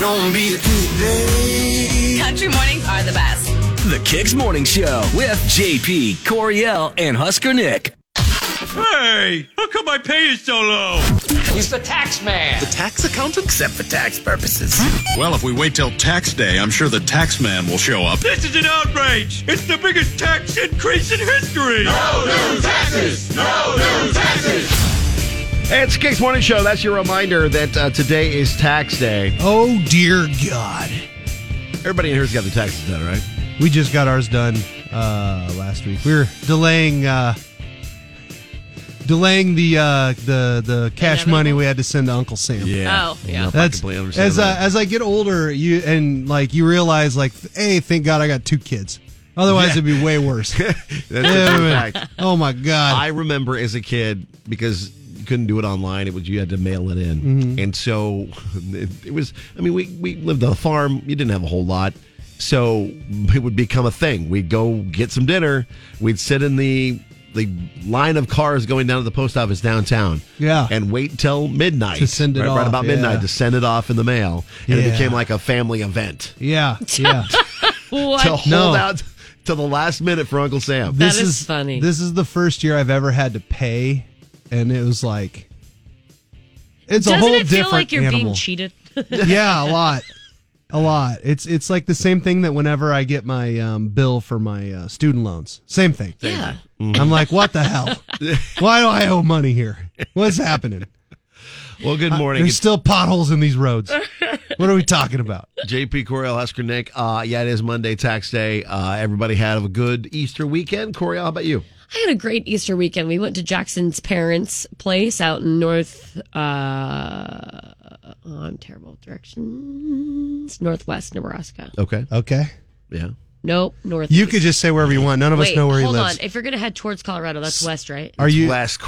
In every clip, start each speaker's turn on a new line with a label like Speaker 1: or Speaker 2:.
Speaker 1: gonna be today.
Speaker 2: Country mornings are the best.
Speaker 3: The Kicks Morning Show with JP, Coriel, and Husker Nick.
Speaker 4: Hey, how come my pay is so low?
Speaker 5: He's the tax man.
Speaker 6: The tax accountant?
Speaker 7: Except for tax purposes.
Speaker 8: Well, if we wait till tax day, I'm sure the tax man will show up.
Speaker 4: This is an outrage. It's the biggest tax increase in history.
Speaker 9: No new taxes. No new taxes.
Speaker 10: Hey, it's Kicks Morning Show. That's your reminder that uh, today is tax day.
Speaker 11: Oh, dear God.
Speaker 10: Everybody in here's got the taxes done, right?
Speaker 11: We just got ours done uh, last week. We were delaying. Uh, Delaying the uh, the the cash money we had to send to Uncle Sam.
Speaker 10: Yeah, oh
Speaker 11: yeah. That's as uh, as I get older, you and like you realize like, hey, thank God I got two kids. Otherwise,
Speaker 10: Yeah.
Speaker 11: it'd be way worse.
Speaker 10: That's a
Speaker 11: Yeah,
Speaker 10: true
Speaker 11: man.
Speaker 10: fact.
Speaker 11: Oh my god!
Speaker 10: I remember as a kid because you couldn't do it online. It was you had to mail it in,
Speaker 11: Mhm.
Speaker 10: and so it, it was. I mean, we we lived on a farm. You didn't have a whole lot, so it would become a thing. We'd go get some dinner. We'd sit in the the line of cars going down to the post office downtown.
Speaker 11: Yeah.
Speaker 10: and wait till midnight
Speaker 11: To send it
Speaker 10: right,
Speaker 11: off,
Speaker 10: right about
Speaker 11: yeah.
Speaker 10: midnight to send it off in the mail, and
Speaker 11: Yeah.
Speaker 10: it became like a family event
Speaker 11: Yeah, yeah.
Speaker 10: to hold
Speaker 11: No.
Speaker 10: out to the last minute for Uncle Sam.
Speaker 11: this is, funny. This is the first year I've ever had to pay, and it was like it's
Speaker 12: Doesn't
Speaker 11: a whole
Speaker 12: it feel
Speaker 11: different
Speaker 12: like you're
Speaker 11: animal.
Speaker 12: being cheated?
Speaker 11: yeah, a lot. A lot. It's it's like the same thing that whenever I get my um, bill for my uh, student loans, same thing.
Speaker 12: Yeah.
Speaker 11: I'm like, what the hell? Why do I owe money here? What's happening?
Speaker 10: Well, good morning.
Speaker 11: There's
Speaker 10: It's-
Speaker 11: still potholes in these roads. What are we talking about?
Speaker 10: JP Coriel, Husker Nick. Uh, yeah, it is Monday tax day. Uh, everybody had a good Easter weekend. Coriel, how about you?
Speaker 12: I had a great Easter weekend. We went to Jackson's parents' place out in North. Uh, oh, I'm terrible with directions. Northwest Nebraska.
Speaker 10: Okay.
Speaker 11: Okay.
Speaker 10: Yeah.
Speaker 12: Nope, North.
Speaker 11: You could just say wherever you want. None of us
Speaker 12: Wait,
Speaker 11: know where he
Speaker 12: hold
Speaker 11: lives.
Speaker 12: on. If you're gonna head towards Colorado, that's west, right?
Speaker 11: Are you
Speaker 10: West?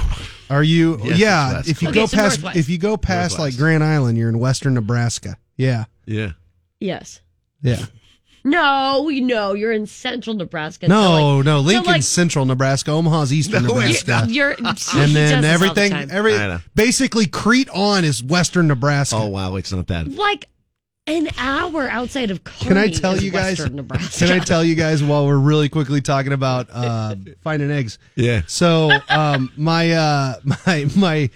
Speaker 11: Are you?
Speaker 10: Yes, it's
Speaker 11: yeah.
Speaker 10: west
Speaker 11: If you
Speaker 12: Okay,
Speaker 11: go
Speaker 12: so
Speaker 11: past,
Speaker 12: northwest.
Speaker 11: if you go past like
Speaker 10: Northwest.
Speaker 11: Grand Island, you're in western Nebraska. Yeah.
Speaker 10: Yeah.
Speaker 12: Yes.
Speaker 11: Yeah.
Speaker 12: No, we know you're in central Nebraska.
Speaker 11: No,
Speaker 12: so like-
Speaker 11: no.
Speaker 12: so
Speaker 11: Lincoln's
Speaker 12: like,
Speaker 11: central Nebraska. Omaha's eastern Nebraska.
Speaker 12: You're, you're,
Speaker 11: and then everything,
Speaker 12: everything.
Speaker 11: every
Speaker 10: I know.
Speaker 11: basically Crete on is Western Nebraska.
Speaker 10: Oh, wow. It's not that.
Speaker 12: like an hour outside of Kearney
Speaker 11: Can I tell
Speaker 12: is
Speaker 11: you guys?
Speaker 12: Western Nebraska.
Speaker 11: Can I tell you guys while we're really quickly talking about uh, finding eggs?
Speaker 10: Yeah.
Speaker 11: So um, my uh, my my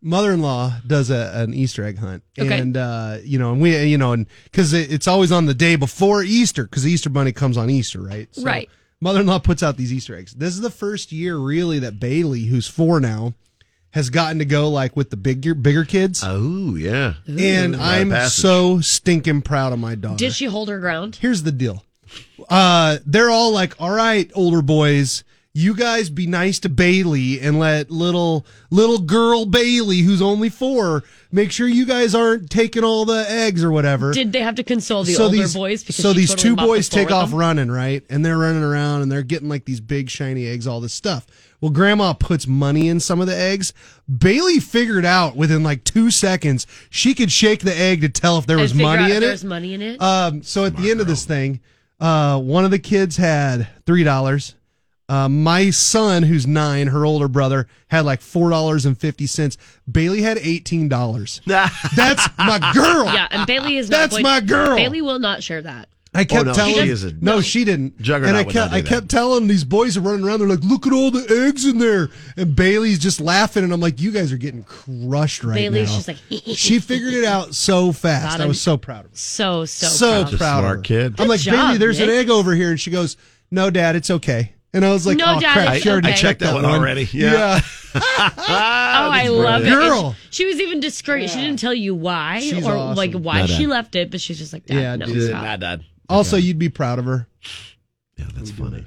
Speaker 11: mother-in-law does a, an Easter egg hunt,
Speaker 12: Okay.
Speaker 11: and uh, you know, and we you know, and because it, it's always on the day before Easter, because the Easter bunny comes on Easter, right?
Speaker 12: Right.
Speaker 11: Mother-in-law puts out these Easter eggs. This is the first year, really, that Bailey, who's four now, has gotten to go like with the bigger bigger kids.
Speaker 10: Oh, yeah.
Speaker 11: and
Speaker 10: Rite of
Speaker 11: I'm
Speaker 10: passage.
Speaker 11: so stinking proud of my daughter.
Speaker 12: Did she hold her ground?
Speaker 11: Here's the deal. Uh, they're all like, all right, older boys, you guys be nice to Bailey and let little little girl Bailey, who's only four, make sure you guys aren't taking all the eggs or whatever.
Speaker 12: Did they have to console the older boys? Because
Speaker 11: so
Speaker 12: she
Speaker 11: these
Speaker 12: totally
Speaker 11: two
Speaker 12: mopped
Speaker 11: boys
Speaker 12: the floor
Speaker 11: take
Speaker 12: with
Speaker 11: off
Speaker 12: them?
Speaker 11: running, right? And they're running around and they're getting like these big shiny eggs, all this stuff. Well, grandma puts money in some of the eggs. Bailey figured out within like two seconds she could shake the egg to tell if there
Speaker 12: And
Speaker 11: was
Speaker 12: figure out
Speaker 11: money
Speaker 12: if
Speaker 11: in
Speaker 12: there
Speaker 11: it.
Speaker 12: was money in it.
Speaker 11: Um, so at the end of this thing, uh, one of the kids had three dollars. Uh, my son, who's nine, her older brother, had like four dollars and fifty cents. Bailey had eighteen dollars. That's my girl.
Speaker 12: yeah, and Bailey is. Not
Speaker 11: That's
Speaker 12: going-
Speaker 11: my girl.
Speaker 12: Bailey will not share that.
Speaker 11: I kept
Speaker 10: Oh, no,
Speaker 11: telling
Speaker 10: she isn't.
Speaker 11: no, she didn't.
Speaker 10: Juggernaut
Speaker 11: and I
Speaker 10: would
Speaker 11: kept
Speaker 10: not do
Speaker 11: I
Speaker 10: that.
Speaker 11: kept telling these boys are running around. They're like, look at all the eggs in there, and Bailey's just laughing. And I'm like, you guys are getting crushed right
Speaker 12: Bailey's
Speaker 11: now.
Speaker 12: just like-
Speaker 11: she figured it out so fast.
Speaker 12: Got
Speaker 11: I
Speaker 12: him.
Speaker 11: was so proud of her.
Speaker 12: So so.
Speaker 11: so
Speaker 12: proud.
Speaker 11: proud,
Speaker 10: a
Speaker 11: of
Speaker 10: smart
Speaker 11: her.
Speaker 10: kid.
Speaker 11: I'm like,
Speaker 12: job,
Speaker 11: Bailey, there's an
Speaker 12: Nick."
Speaker 11: egg over here, and she goes, "No, Dad, it's okay." And I was like,
Speaker 12: No,
Speaker 11: "Oh
Speaker 12: Dad,
Speaker 11: crap,
Speaker 12: it's
Speaker 11: she already
Speaker 12: okay." I
Speaker 10: checked that one already. Yeah.
Speaker 12: Oh, I love it.
Speaker 11: Girl.
Speaker 12: And She, she was even discreet. She didn't tell you why
Speaker 11: She's
Speaker 12: or
Speaker 11: awesome.
Speaker 12: like why
Speaker 10: Not
Speaker 12: she
Speaker 10: that.
Speaker 12: left it, but she's just like, Dad,
Speaker 11: Yeah,
Speaker 12: no,
Speaker 11: dude.
Speaker 12: stop.
Speaker 10: Nah, Dad.
Speaker 11: Also, you'd be proud of her.
Speaker 10: Yeah, that's funny.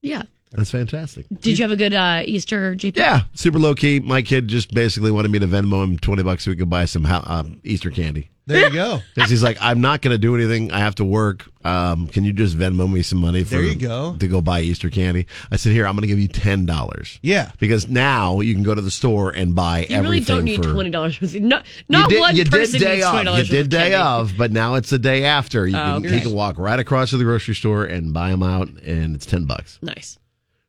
Speaker 12: yeah.
Speaker 10: Mm-hmm. That's fantastic.
Speaker 12: Did you have a good uh, Easter, JP?
Speaker 10: Yeah, super low key. My kid just basically wanted me to Venmo him 20 bucks so we could buy some ho- um, Easter candy.
Speaker 11: There you go.
Speaker 10: Because he's like, I'm not going to do anything. I have to work. Um, can you just Venmo me some money? For,
Speaker 11: There you go.
Speaker 10: To go buy Easter candy. I said, here, I'm going to give you ten dollars.
Speaker 11: Yeah.
Speaker 10: Because now you can go to the store and buy
Speaker 12: You really
Speaker 10: everything.
Speaker 12: don't need
Speaker 10: for,
Speaker 12: twenty dollars. No, not
Speaker 10: you did,
Speaker 12: one
Speaker 10: you
Speaker 12: person
Speaker 10: did day
Speaker 12: needs twenty
Speaker 10: of. You
Speaker 12: dollars.
Speaker 10: did day of, but now it's the day after. You,
Speaker 12: Oh,
Speaker 10: can,
Speaker 12: okay.
Speaker 10: you can walk right across to the grocery store and buy them out, and it's ten bucks.
Speaker 12: Nice.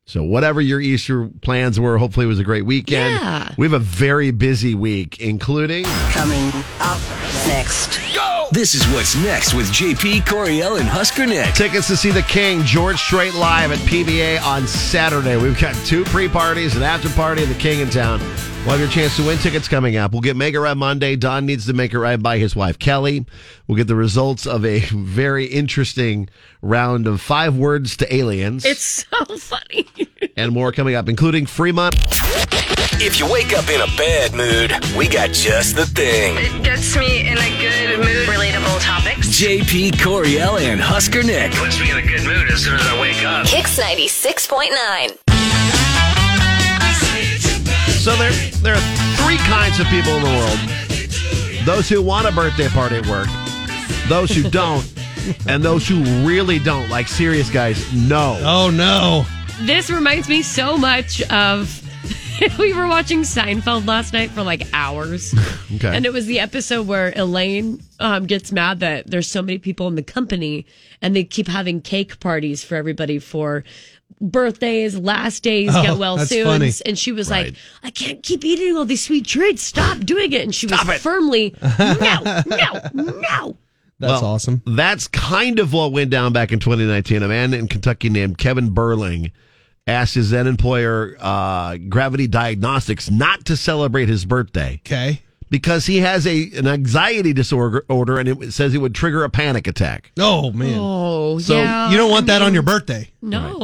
Speaker 10: So whatever your Easter plans were, hopefully it was a great weekend.
Speaker 12: Yeah.
Speaker 10: We have a very busy week, including
Speaker 2: Coming up next.
Speaker 10: go.
Speaker 5: go.
Speaker 3: This is what's next with JP Coriel and Husker Nick.
Speaker 10: Tickets to see the King George Strait live at PBA on Saturday. We've got two pre-parties, an after party, and the King in town. We'll have your chance to win tickets coming up. We'll get Mega Ride Monday. Don needs to make a ride by his wife Kelly. We'll get the results of a very interesting round of five words to aliens
Speaker 12: It's so funny.
Speaker 10: and more coming up, including Fremont.
Speaker 3: If you wake up in a bad mood, we got just the thing.
Speaker 2: It gets me in a good mood. Relatable topics.
Speaker 3: JP Coriel and Husker Nick.
Speaker 6: Puts me in a good mood as soon as I wake up.
Speaker 7: Kicks 96.9.
Speaker 10: So there, there are three kinds of people in the world: those who want a birthday party at work, those who don't, and those who really don't. Like serious guys, no.
Speaker 11: Oh no.
Speaker 12: This reminds me so much of we were watching Seinfeld last night for like hours.
Speaker 10: Okay.
Speaker 12: And it was the episode where Elaine um, gets mad that there's so many people in the company and they keep having cake parties for everybody for birthdays, last days,
Speaker 11: Oh,
Speaker 12: get well
Speaker 11: that's
Speaker 12: soon.
Speaker 11: funny.
Speaker 12: And she was like, I can't keep eating all these sweet treats. Stop doing it. And she was firmly, no, no, no.
Speaker 11: That's
Speaker 10: Well,
Speaker 11: awesome.
Speaker 10: That's kind of what went down back in 2019. A man in Kentucky named Kevin Burling asked his then employer, uh, Gravity Diagnostics, not to celebrate his birthday
Speaker 11: Okay.
Speaker 10: because he has a an anxiety disorder order and it says it would trigger a panic attack.
Speaker 11: Oh man.
Speaker 12: Oh,
Speaker 10: So,
Speaker 12: yeah.
Speaker 11: you don't want that on your birthday.
Speaker 12: No.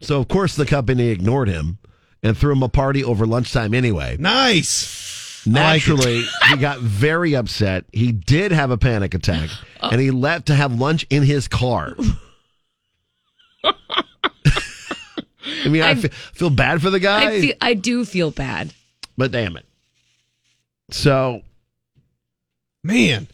Speaker 10: So, of course, the company ignored him and threw him a party over lunchtime anyway.
Speaker 11: Nice. like it.
Speaker 10: Naturally, he got very upset. He did have a panic attack and he left to have lunch in his car. I mean, I,
Speaker 12: I-
Speaker 10: fe- feel bad for the guy,
Speaker 12: I, feel, I do feel bad.
Speaker 10: but damn it. So,
Speaker 11: Man.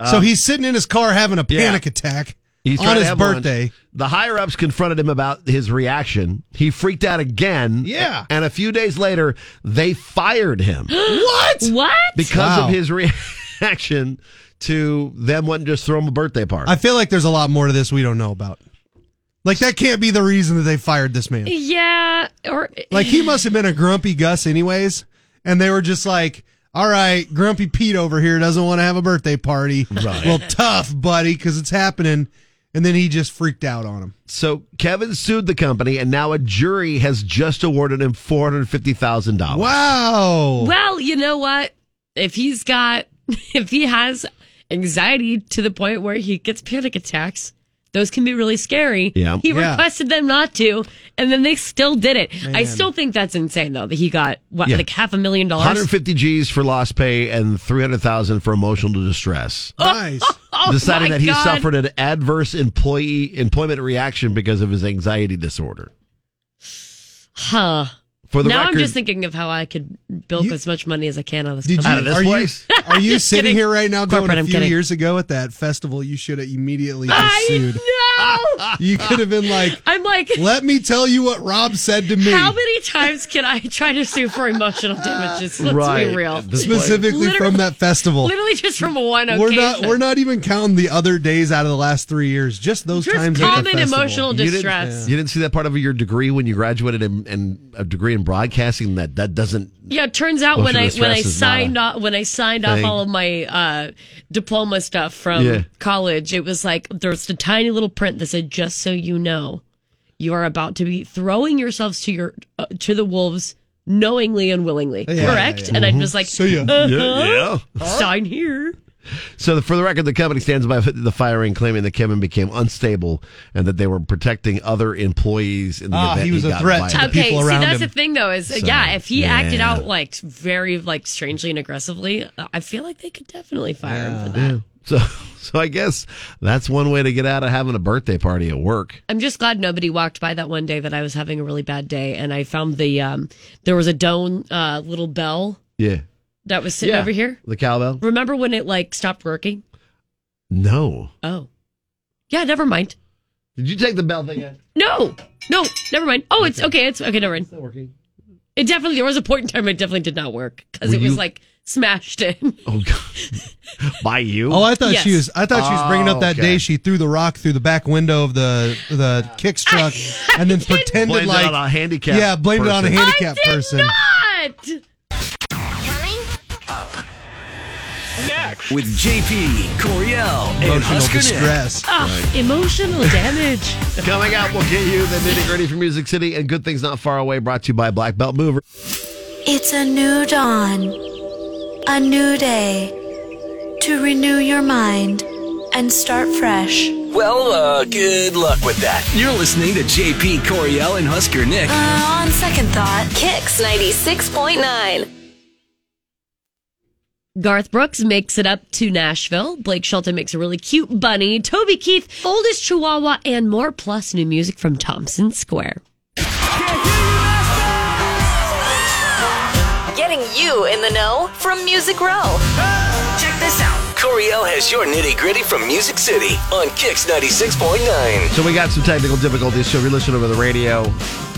Speaker 12: Uh,
Speaker 11: so he's sitting in his car having a
Speaker 10: yeah.
Speaker 11: panic attack
Speaker 10: He's trying
Speaker 11: on
Speaker 10: to
Speaker 11: his
Speaker 10: have lunch.
Speaker 11: birthday.
Speaker 10: The higher ups confronted him about his reaction. He freaked out again.
Speaker 11: Yeah.
Speaker 10: And a few days later, they fired him.
Speaker 11: What?
Speaker 12: What?
Speaker 10: because
Speaker 11: Wow.
Speaker 10: of his reaction to them wanting to just throw him a birthday party.
Speaker 11: I feel like there's a lot more to this we don't know about. Like that can't be the reason that they fired this man.
Speaker 12: yeah. Or
Speaker 11: Like he must have been a grumpy Gus anyways, and they were just like, "All right, grumpy Pete over here doesn't want to have a birthday party. Well, tough, buddy, because it's happening." And then he just freaked out on him.
Speaker 10: so Kevin sued the company, and now a jury has just awarded him four hundred fifty thousand dollars.
Speaker 11: Wow.
Speaker 12: Well, you know what? If he's got, if he has anxiety to the point where he gets panic attacks, those can be really scary.
Speaker 10: Yeah.
Speaker 12: He
Speaker 11: Yeah.
Speaker 12: requested them not to, and then they still did it. I still think that's insane, though, that he got, what,
Speaker 10: Yeah.
Speaker 12: like half a million
Speaker 10: One hundred
Speaker 12: dollars?
Speaker 10: fifty G's for lost pay and three hundred thousand for emotional distress.
Speaker 11: Nice.
Speaker 12: Oh,
Speaker 10: Deciding
Speaker 12: my
Speaker 10: that he
Speaker 12: God.
Speaker 10: suffered an adverse employee employment reaction because of his anxiety disorder.
Speaker 12: Huh.
Speaker 10: For the
Speaker 12: now
Speaker 10: record,
Speaker 12: I'm just thinking of how I could bilk
Speaker 11: You-
Speaker 12: as much money as I can on this.
Speaker 11: Did you,
Speaker 10: out of this
Speaker 11: are
Speaker 10: place.
Speaker 11: you are you sitting
Speaker 12: kidding.
Speaker 11: here right now going
Speaker 12: Corporate,
Speaker 11: a
Speaker 12: I'm
Speaker 11: few
Speaker 12: kidding.
Speaker 11: years ago at that festival? You should have immediately just
Speaker 12: I
Speaker 11: sued.
Speaker 12: know.
Speaker 11: You could have been like,
Speaker 12: I'm like,
Speaker 11: "Let me tell you what Rob said to me."
Speaker 12: how many times can I try to sue for emotional damages? Let's
Speaker 10: Right.
Speaker 12: be real.
Speaker 11: specifically from
Speaker 12: Literally-
Speaker 11: that festival.
Speaker 12: Literally just from one occasion.
Speaker 11: We're not we're not even counting the other days out of the last three years. Just those
Speaker 12: Just
Speaker 11: times. at the
Speaker 12: common
Speaker 11: festival.
Speaker 12: emotional
Speaker 10: You didn't-
Speaker 12: distress.
Speaker 10: You didn't see that part of your degree when you graduated and, and a degree in broadcasting that that doesn't
Speaker 12: Yeah, it turns out when I
Speaker 10: Emotional
Speaker 12: when I
Speaker 10: distress is
Speaker 12: signed
Speaker 10: not
Speaker 12: off when I signed
Speaker 10: thing.
Speaker 12: off all of my uh, diploma stuff from
Speaker 10: Yeah.
Speaker 12: college, it was like there's a tiny little print that said, "Just so you know, you are about to be throwing yourselves to your uh, to the wolves knowingly and willingly."
Speaker 11: Yeah,
Speaker 12: Correct?
Speaker 11: yeah, yeah.
Speaker 12: And I'm just like,
Speaker 11: See ya.
Speaker 12: uh-huh,
Speaker 10: yeah.
Speaker 12: sign here.
Speaker 10: So, the, for the record, the company stands by the firing, claiming that Kevin became unstable and that they were protecting other employees in the
Speaker 11: Ah,
Speaker 10: event
Speaker 11: he was a
Speaker 10: got
Speaker 11: threat
Speaker 10: fired.
Speaker 11: to the
Speaker 12: Okay,
Speaker 11: people
Speaker 12: see
Speaker 11: around
Speaker 12: that's
Speaker 11: him.
Speaker 12: the thing though is uh, yeah, if he acted
Speaker 10: yeah.
Speaker 12: out like very like strangely and aggressively, I feel like they could definitely fire him for that.
Speaker 10: So, so I guess that's one way to get out of having a birthday party at work.
Speaker 12: I'm just glad nobody walked by that one day that I was having a really bad day, and I found the um, there was a dome uh, little bell
Speaker 10: Yeah,
Speaker 12: that was sitting
Speaker 10: Yeah.
Speaker 12: over here.
Speaker 10: the cowbell.
Speaker 12: Remember when it like stopped working?
Speaker 10: No,
Speaker 12: Oh, yeah, never mind.
Speaker 10: did you take the bell thing? out?
Speaker 12: No, no, never mind. Oh, it's okay. It's okay. Never mind.
Speaker 10: Not working.
Speaker 12: It definitely there was a point in time it definitely did not work because
Speaker 10: Were
Speaker 12: it was
Speaker 10: you-
Speaker 12: like smashed in.
Speaker 10: Oh God, by you?
Speaker 11: Oh, I thought she
Speaker 12: Yes.
Speaker 11: was. I thought she was bringing up
Speaker 10: Oh,
Speaker 11: that
Speaker 10: okay.
Speaker 11: day she threw the rock through the back window of the the Kicks truck and then pretended
Speaker 10: blamed
Speaker 11: like
Speaker 10: it on a handicap.
Speaker 11: yeah, blamed it on a
Speaker 10: person.
Speaker 11: handicapped person.
Speaker 12: Not.
Speaker 7: Coming?
Speaker 4: Next.
Speaker 3: with JP, Coriel, and
Speaker 11: Emotional
Speaker 3: Husker Nick.
Speaker 11: distress.
Speaker 12: Ah, Emotional damage.
Speaker 10: Coming up, we'll get you the nitty gritty from Music City and Good Things Not Far Away, brought to you by Black Belt Mover.
Speaker 13: It's a new dawn, a new day to renew your mind and start fresh.
Speaker 3: Well, uh, good luck with that. You're listening to JP, Coriel, and Husker Nick.
Speaker 7: Uh,
Speaker 13: on second thought,
Speaker 7: Kicks 96.9.
Speaker 12: Garth Brooks makes it up to Nashville. Blake Shelton makes a really cute bunny. Toby Keith, oldest chihuahua, and more, plus new music from Thompson Square.
Speaker 7: Getting you in the know from Music Row. Check this out.
Speaker 3: Coriel has your nitty gritty from Music City on Kicks 96.9.
Speaker 10: So we got some technical difficulties. So if you're listening over the radio,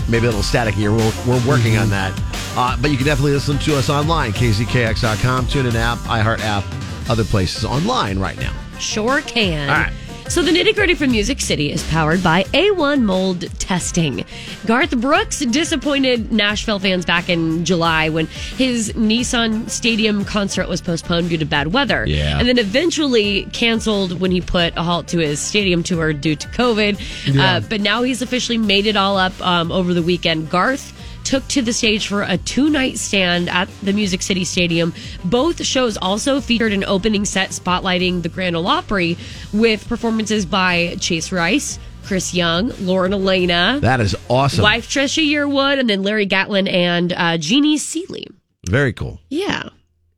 Speaker 10: maybe a little static here. We're, we're working
Speaker 12: Mm-hmm.
Speaker 10: on that. Uh, but you can definitely listen to us online, kzkx.com, TuneIn app, iHeart app, other places online right now.
Speaker 12: Sure can.
Speaker 10: All right.
Speaker 12: So the nitty gritty from Music City is powered by A1 mold testing. Garth Brooks disappointed Nashville fans back in July when his Nissan Stadium concert was postponed due to bad weather.
Speaker 14: Yeah.
Speaker 12: And then eventually canceled when he put a halt to his stadium tour due to COVID.
Speaker 14: Yeah.
Speaker 12: Uh, but now he's officially made it all up um, over the weekend. Garth took to the stage for a two night stand at the Music City Stadium. Both shows also featured an opening set spotlighting the Grand Ole Opry with performances by Chase Rice, Chris Young, Lauren Elena,
Speaker 10: That is awesome.
Speaker 12: wife Trisha Yearwood, and then Larry Gatlin and uh, Jeannie Seeley.
Speaker 10: Very cool.
Speaker 12: Yeah.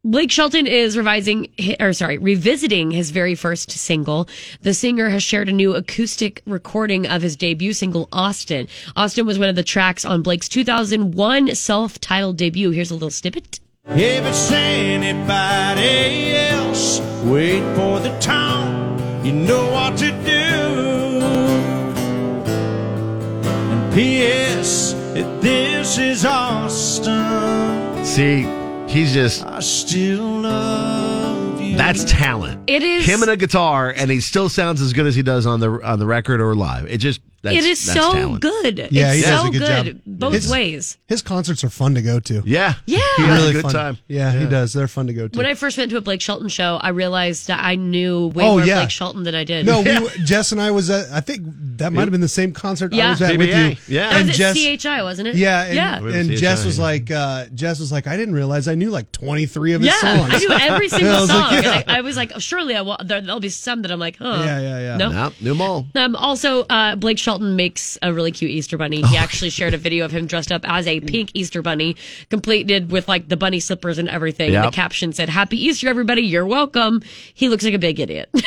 Speaker 12: Blake Shelton is revising, hi- or sorry, revisiting his very first single. The singer has shared a new acoustic recording of his debut single, Austin. Austin was one of the tracks on Blake's 2001 self titled debut. Here's a little snippet.
Speaker 9: If it's anybody else, wait for the town. You know what to do. And P.S. if This is Austin.
Speaker 10: See, he's just. I
Speaker 9: still love you.
Speaker 10: That's talent.
Speaker 12: It is-
Speaker 10: him and a guitar, and he still sounds as good as he does on the on the record or live. It just that's,
Speaker 12: it is
Speaker 10: that's
Speaker 12: so
Speaker 10: talent.
Speaker 12: good.
Speaker 11: Yeah,
Speaker 12: it's
Speaker 11: he does
Speaker 12: so
Speaker 11: a good
Speaker 12: good,
Speaker 11: job.
Speaker 12: both
Speaker 11: It's-
Speaker 12: ways.
Speaker 11: His concerts are fun to go to.
Speaker 10: Yeah.
Speaker 12: Yeah.
Speaker 10: He has a
Speaker 11: really
Speaker 10: good
Speaker 11: fun.
Speaker 10: time.
Speaker 11: Yeah, he
Speaker 10: Yeah.
Speaker 11: does. They're fun to go to.
Speaker 12: When I first went to a Blake Shelton show, I realized that I knew way
Speaker 11: Oh,
Speaker 12: more
Speaker 11: yeah.
Speaker 12: Blake Shelton than I did.
Speaker 11: No, we were, Jess and I was at. I think that might have been the same concert I
Speaker 12: Yeah.
Speaker 11: was at
Speaker 10: PBA,
Speaker 11: with you.
Speaker 10: yeah.
Speaker 12: that
Speaker 11: and
Speaker 12: was
Speaker 11: Jess.
Speaker 12: at CHI, wasn't it?
Speaker 11: Yeah, and,
Speaker 12: yeah.
Speaker 11: and
Speaker 10: CHI,
Speaker 11: Jess was
Speaker 10: yeah.
Speaker 11: like, uh, Jess was like, I didn't realize I knew like twenty three of his
Speaker 12: Yeah,
Speaker 11: songs.
Speaker 12: I knew every
Speaker 11: And
Speaker 12: single
Speaker 11: I was
Speaker 12: song.
Speaker 11: like,
Speaker 12: and
Speaker 11: yeah.
Speaker 12: I, I was like, surely I will, there, there'll be some that I'm like, huh?
Speaker 11: Yeah, yeah, yeah.
Speaker 12: No.
Speaker 10: Nope, new mall.
Speaker 12: Um, also, uh, Blake Shelton makes a really cute Easter bunny.
Speaker 11: Oh.
Speaker 12: He actually shared a video of him dressed up as a pink Easter bunny, completed with like the bunny slippers and everything. And
Speaker 10: Yep.
Speaker 12: the caption said, "Happy Easter, everybody! You're welcome." He looks like a big idiot, and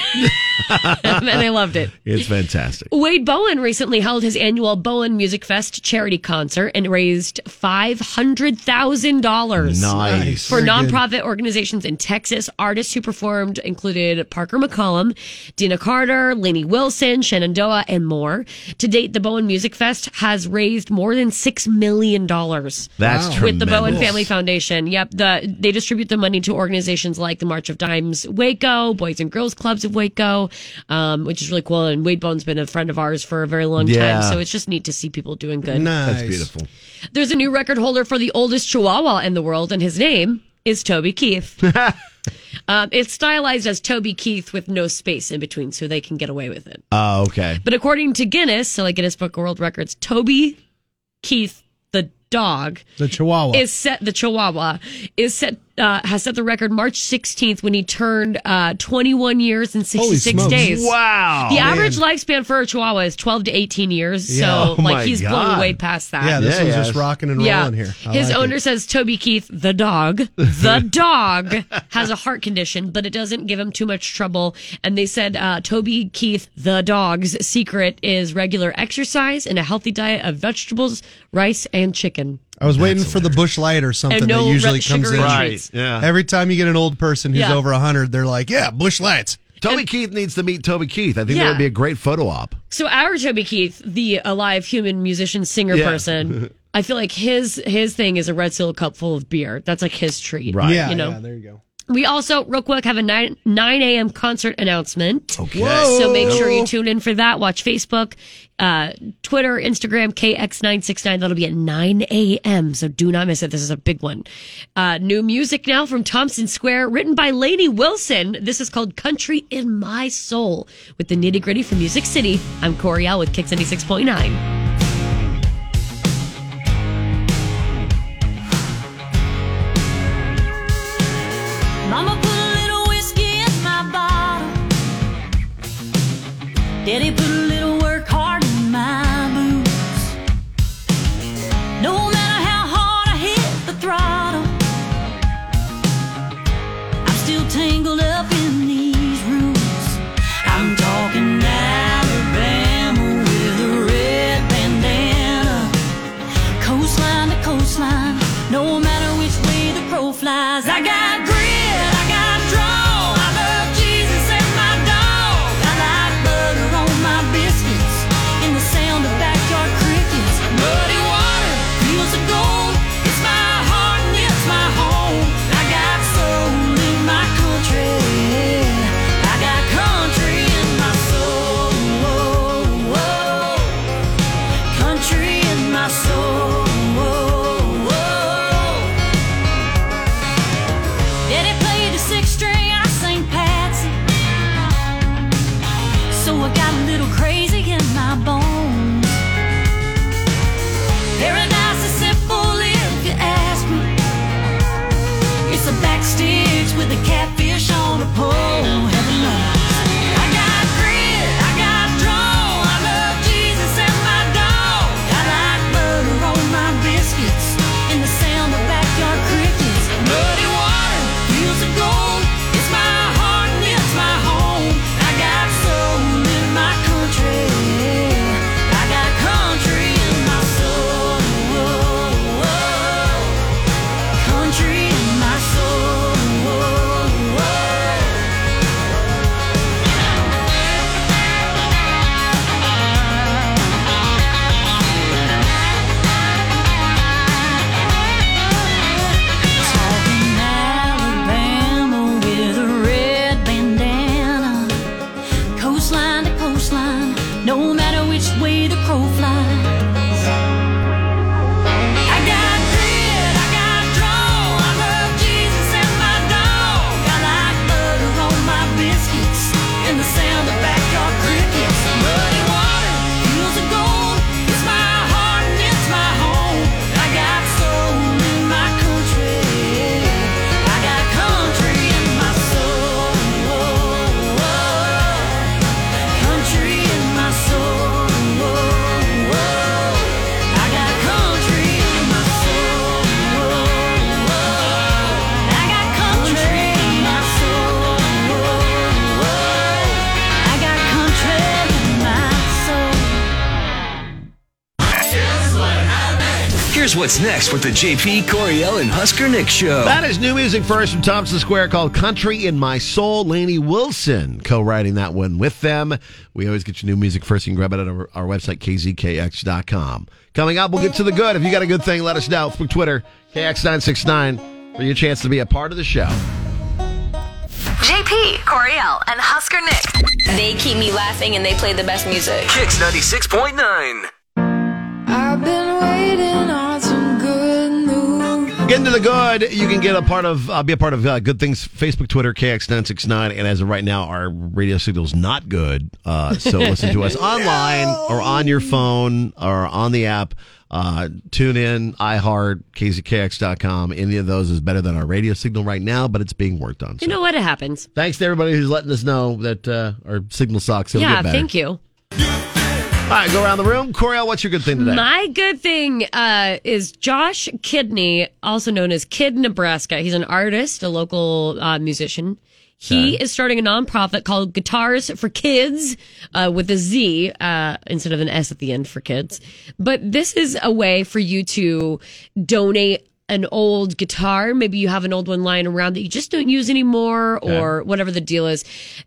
Speaker 12: I loved it.
Speaker 10: It's fantastic.
Speaker 12: Wade Bowen recently held his annual Bowen Music Fest charity concert and raised five hundred thousand dollars.
Speaker 10: Nice.
Speaker 12: for
Speaker 10: Very good.
Speaker 12: nonprofit organizations in Texas. Artists who performed included Parker McCollum, Dina Carter, Lainey Wilson, Shenandoah, and more. To date, the Bowen Music Fest has raised more than six million dollars.
Speaker 10: That's
Speaker 12: with the Bowen
Speaker 10: tremendous.
Speaker 12: Family Foundation. Yep, the they distribute the money to organizations like the March of Dimes Waco, Boys and Girls Clubs of Waco, um, which is really cool. And Wade Bowen's been a friend of ours for a very long
Speaker 10: Yeah.
Speaker 12: time, so it's just neat to see people doing good.
Speaker 10: That's beautiful.
Speaker 12: There's a new record holder for the oldest chihuahua in the world, and his name is Toby Keith. um, it's stylized as Toby Keith with no space in between, so they can get away with it.
Speaker 10: Oh, okay.
Speaker 12: But according to Guinness, so like Guinness Book of World Records, Toby Keith, the dog,
Speaker 11: the Chihuahua.
Speaker 12: is set the Chihuahua is set uh, has set the record March 16th when he turned uh, 21 years and
Speaker 11: Holy
Speaker 12: 66
Speaker 11: smokes.
Speaker 12: days.
Speaker 10: Wow.
Speaker 12: The
Speaker 11: Man.
Speaker 12: average lifespan for a Chihuahua is 12 to 18 years,
Speaker 11: Yeah.
Speaker 12: so
Speaker 10: Oh my
Speaker 12: like he's blown
Speaker 10: God.
Speaker 12: way past that.
Speaker 11: yeah, this
Speaker 10: Yeah,
Speaker 11: one's
Speaker 10: yeah.
Speaker 11: just rocking and rolling here. I
Speaker 12: His
Speaker 11: like
Speaker 12: owner
Speaker 11: it.
Speaker 12: says Toby Keith, the dog, the dog has a heart condition, but it doesn't give him too much trouble. And they said uh, Toby Keith, the dog's secret is regular exercise and a healthy diet of vegetables, rice, and chicken.
Speaker 11: I was waiting for the bush light or something
Speaker 12: And no
Speaker 11: that usually
Speaker 12: red
Speaker 11: comes in.
Speaker 12: sugary Right, treats.
Speaker 10: yeah.
Speaker 11: Every time you get an old person who's
Speaker 12: Yeah.
Speaker 11: over hundred, they're like, "Yeah, bush lights."
Speaker 10: Toby Keith needs to meet Toby Keith. I think
Speaker 12: Yeah.
Speaker 10: that would be a great photo op.
Speaker 12: So our Toby Keith, the alive human musician singer
Speaker 10: Yeah.
Speaker 12: person, I feel like his his thing is a red seal cup full of beer. That's like his treat.
Speaker 10: Right.
Speaker 11: Yeah,
Speaker 12: You know.
Speaker 11: yeah, there you go.
Speaker 12: We also, real quick, have a 9, 9 a.m. concert announcement.
Speaker 10: Okay.
Speaker 11: Whoa.
Speaker 12: So make sure you tune in for that. Watch Facebook, uh, Twitter, Instagram, KX969. That'll be at 9 a.m. So do not miss it. This is a big one. Uh, new music now from Thompson Square, written by Lainey Wilson. This is called Country in My Soul with the nitty gritty from Music City. I'm Coriel with Kix 96.9.
Speaker 14: Mama put a little whiskey in my bottle. Daddy put a little work hard in my boots. No matter how hard I hit the throttle, I'm still tangled up in these roots. I'm talking Alabama with a red bandana. Coastline to coastline, no matter which way the crow flies. I got grit, I got draw. I love Jesus and my dog. I like butter on my biscuits and the sound of backyard crickets. Muddy water feels of gold. It's my heart and it's my home. I got soul in my country. I got country in my soul. Country in my soul. Daddy played the sixth string, I sang Patsy. So I got a little crazy in my bones. Paradise is simple if you ask me. It's a back stitch with a catfish on a pole. Heaven knows. I got grit, I got draw. I love Jesus and my dog. I like butter on my biscuits and the sound of backyard crickets. Muddy water, fields of gold. It's my heart and it's my home. I got soul in my country. I got country in my soul. Country in my soul. Talking Alabama with a red bandana, coastline to coastline, no matter which way the crow flies. I got grit, I got draw, I love Jesus and my dog. I like butter on my biscuits and the sound of backyard crickets. Muddy water, fields of gold. It's my heart and it's my home. I got soul in my country. I got country in my soul. Country in my soul. I got country in my soul. I got country in my soul. I got country in my soul.
Speaker 3: Here's what's next with the JP Coriel and Husker Nick show.
Speaker 10: That is new music first from Thompson Square called Country in My Soul. Laney Wilson co writing that one with them. We always get your new music first. You can grab it at our, our website, kzkx.com. Coming up, we'll get to the good. If you got a good thing, let us know. Facebook, Twitter, KX969 for your chance to be a part of the show.
Speaker 7: JP, Coriel, and Husker Nick. They keep me laughing and they play the best music.
Speaker 3: Kicks 96.9.
Speaker 15: I've been waiting on some good news.
Speaker 10: Getting to the good, you can get a part of, uh, be a part of uh, Good Things Facebook, Twitter, KX969, and as of right now, our radio signal's not good. Uh, so listen to us online or on your phone or on the app. Uh, tune in, iHeart, KZKX.com. Any of those is better than our radio signal right now, but it's being worked on. So
Speaker 12: You know what? It happens.
Speaker 10: thanks to everybody who's letting us know that uh, our signal sucks. It'll
Speaker 12: yeah,
Speaker 10: get better.
Speaker 12: thank you.
Speaker 10: All right, go around the room. Coriel, what's your good thing today?
Speaker 12: My good thing uh, is Josh Kidney, also known as Kid Nebraska. He's an artist, a local uh, musician. He is starting a nonprofit called Guitars for Kids uh, with a Z uh, instead of an S at the end for kids. But this is a way for you to donate an old guitar. Maybe you have an old one lying around that you just don't use anymore
Speaker 16: Okay.
Speaker 12: or whatever the deal is.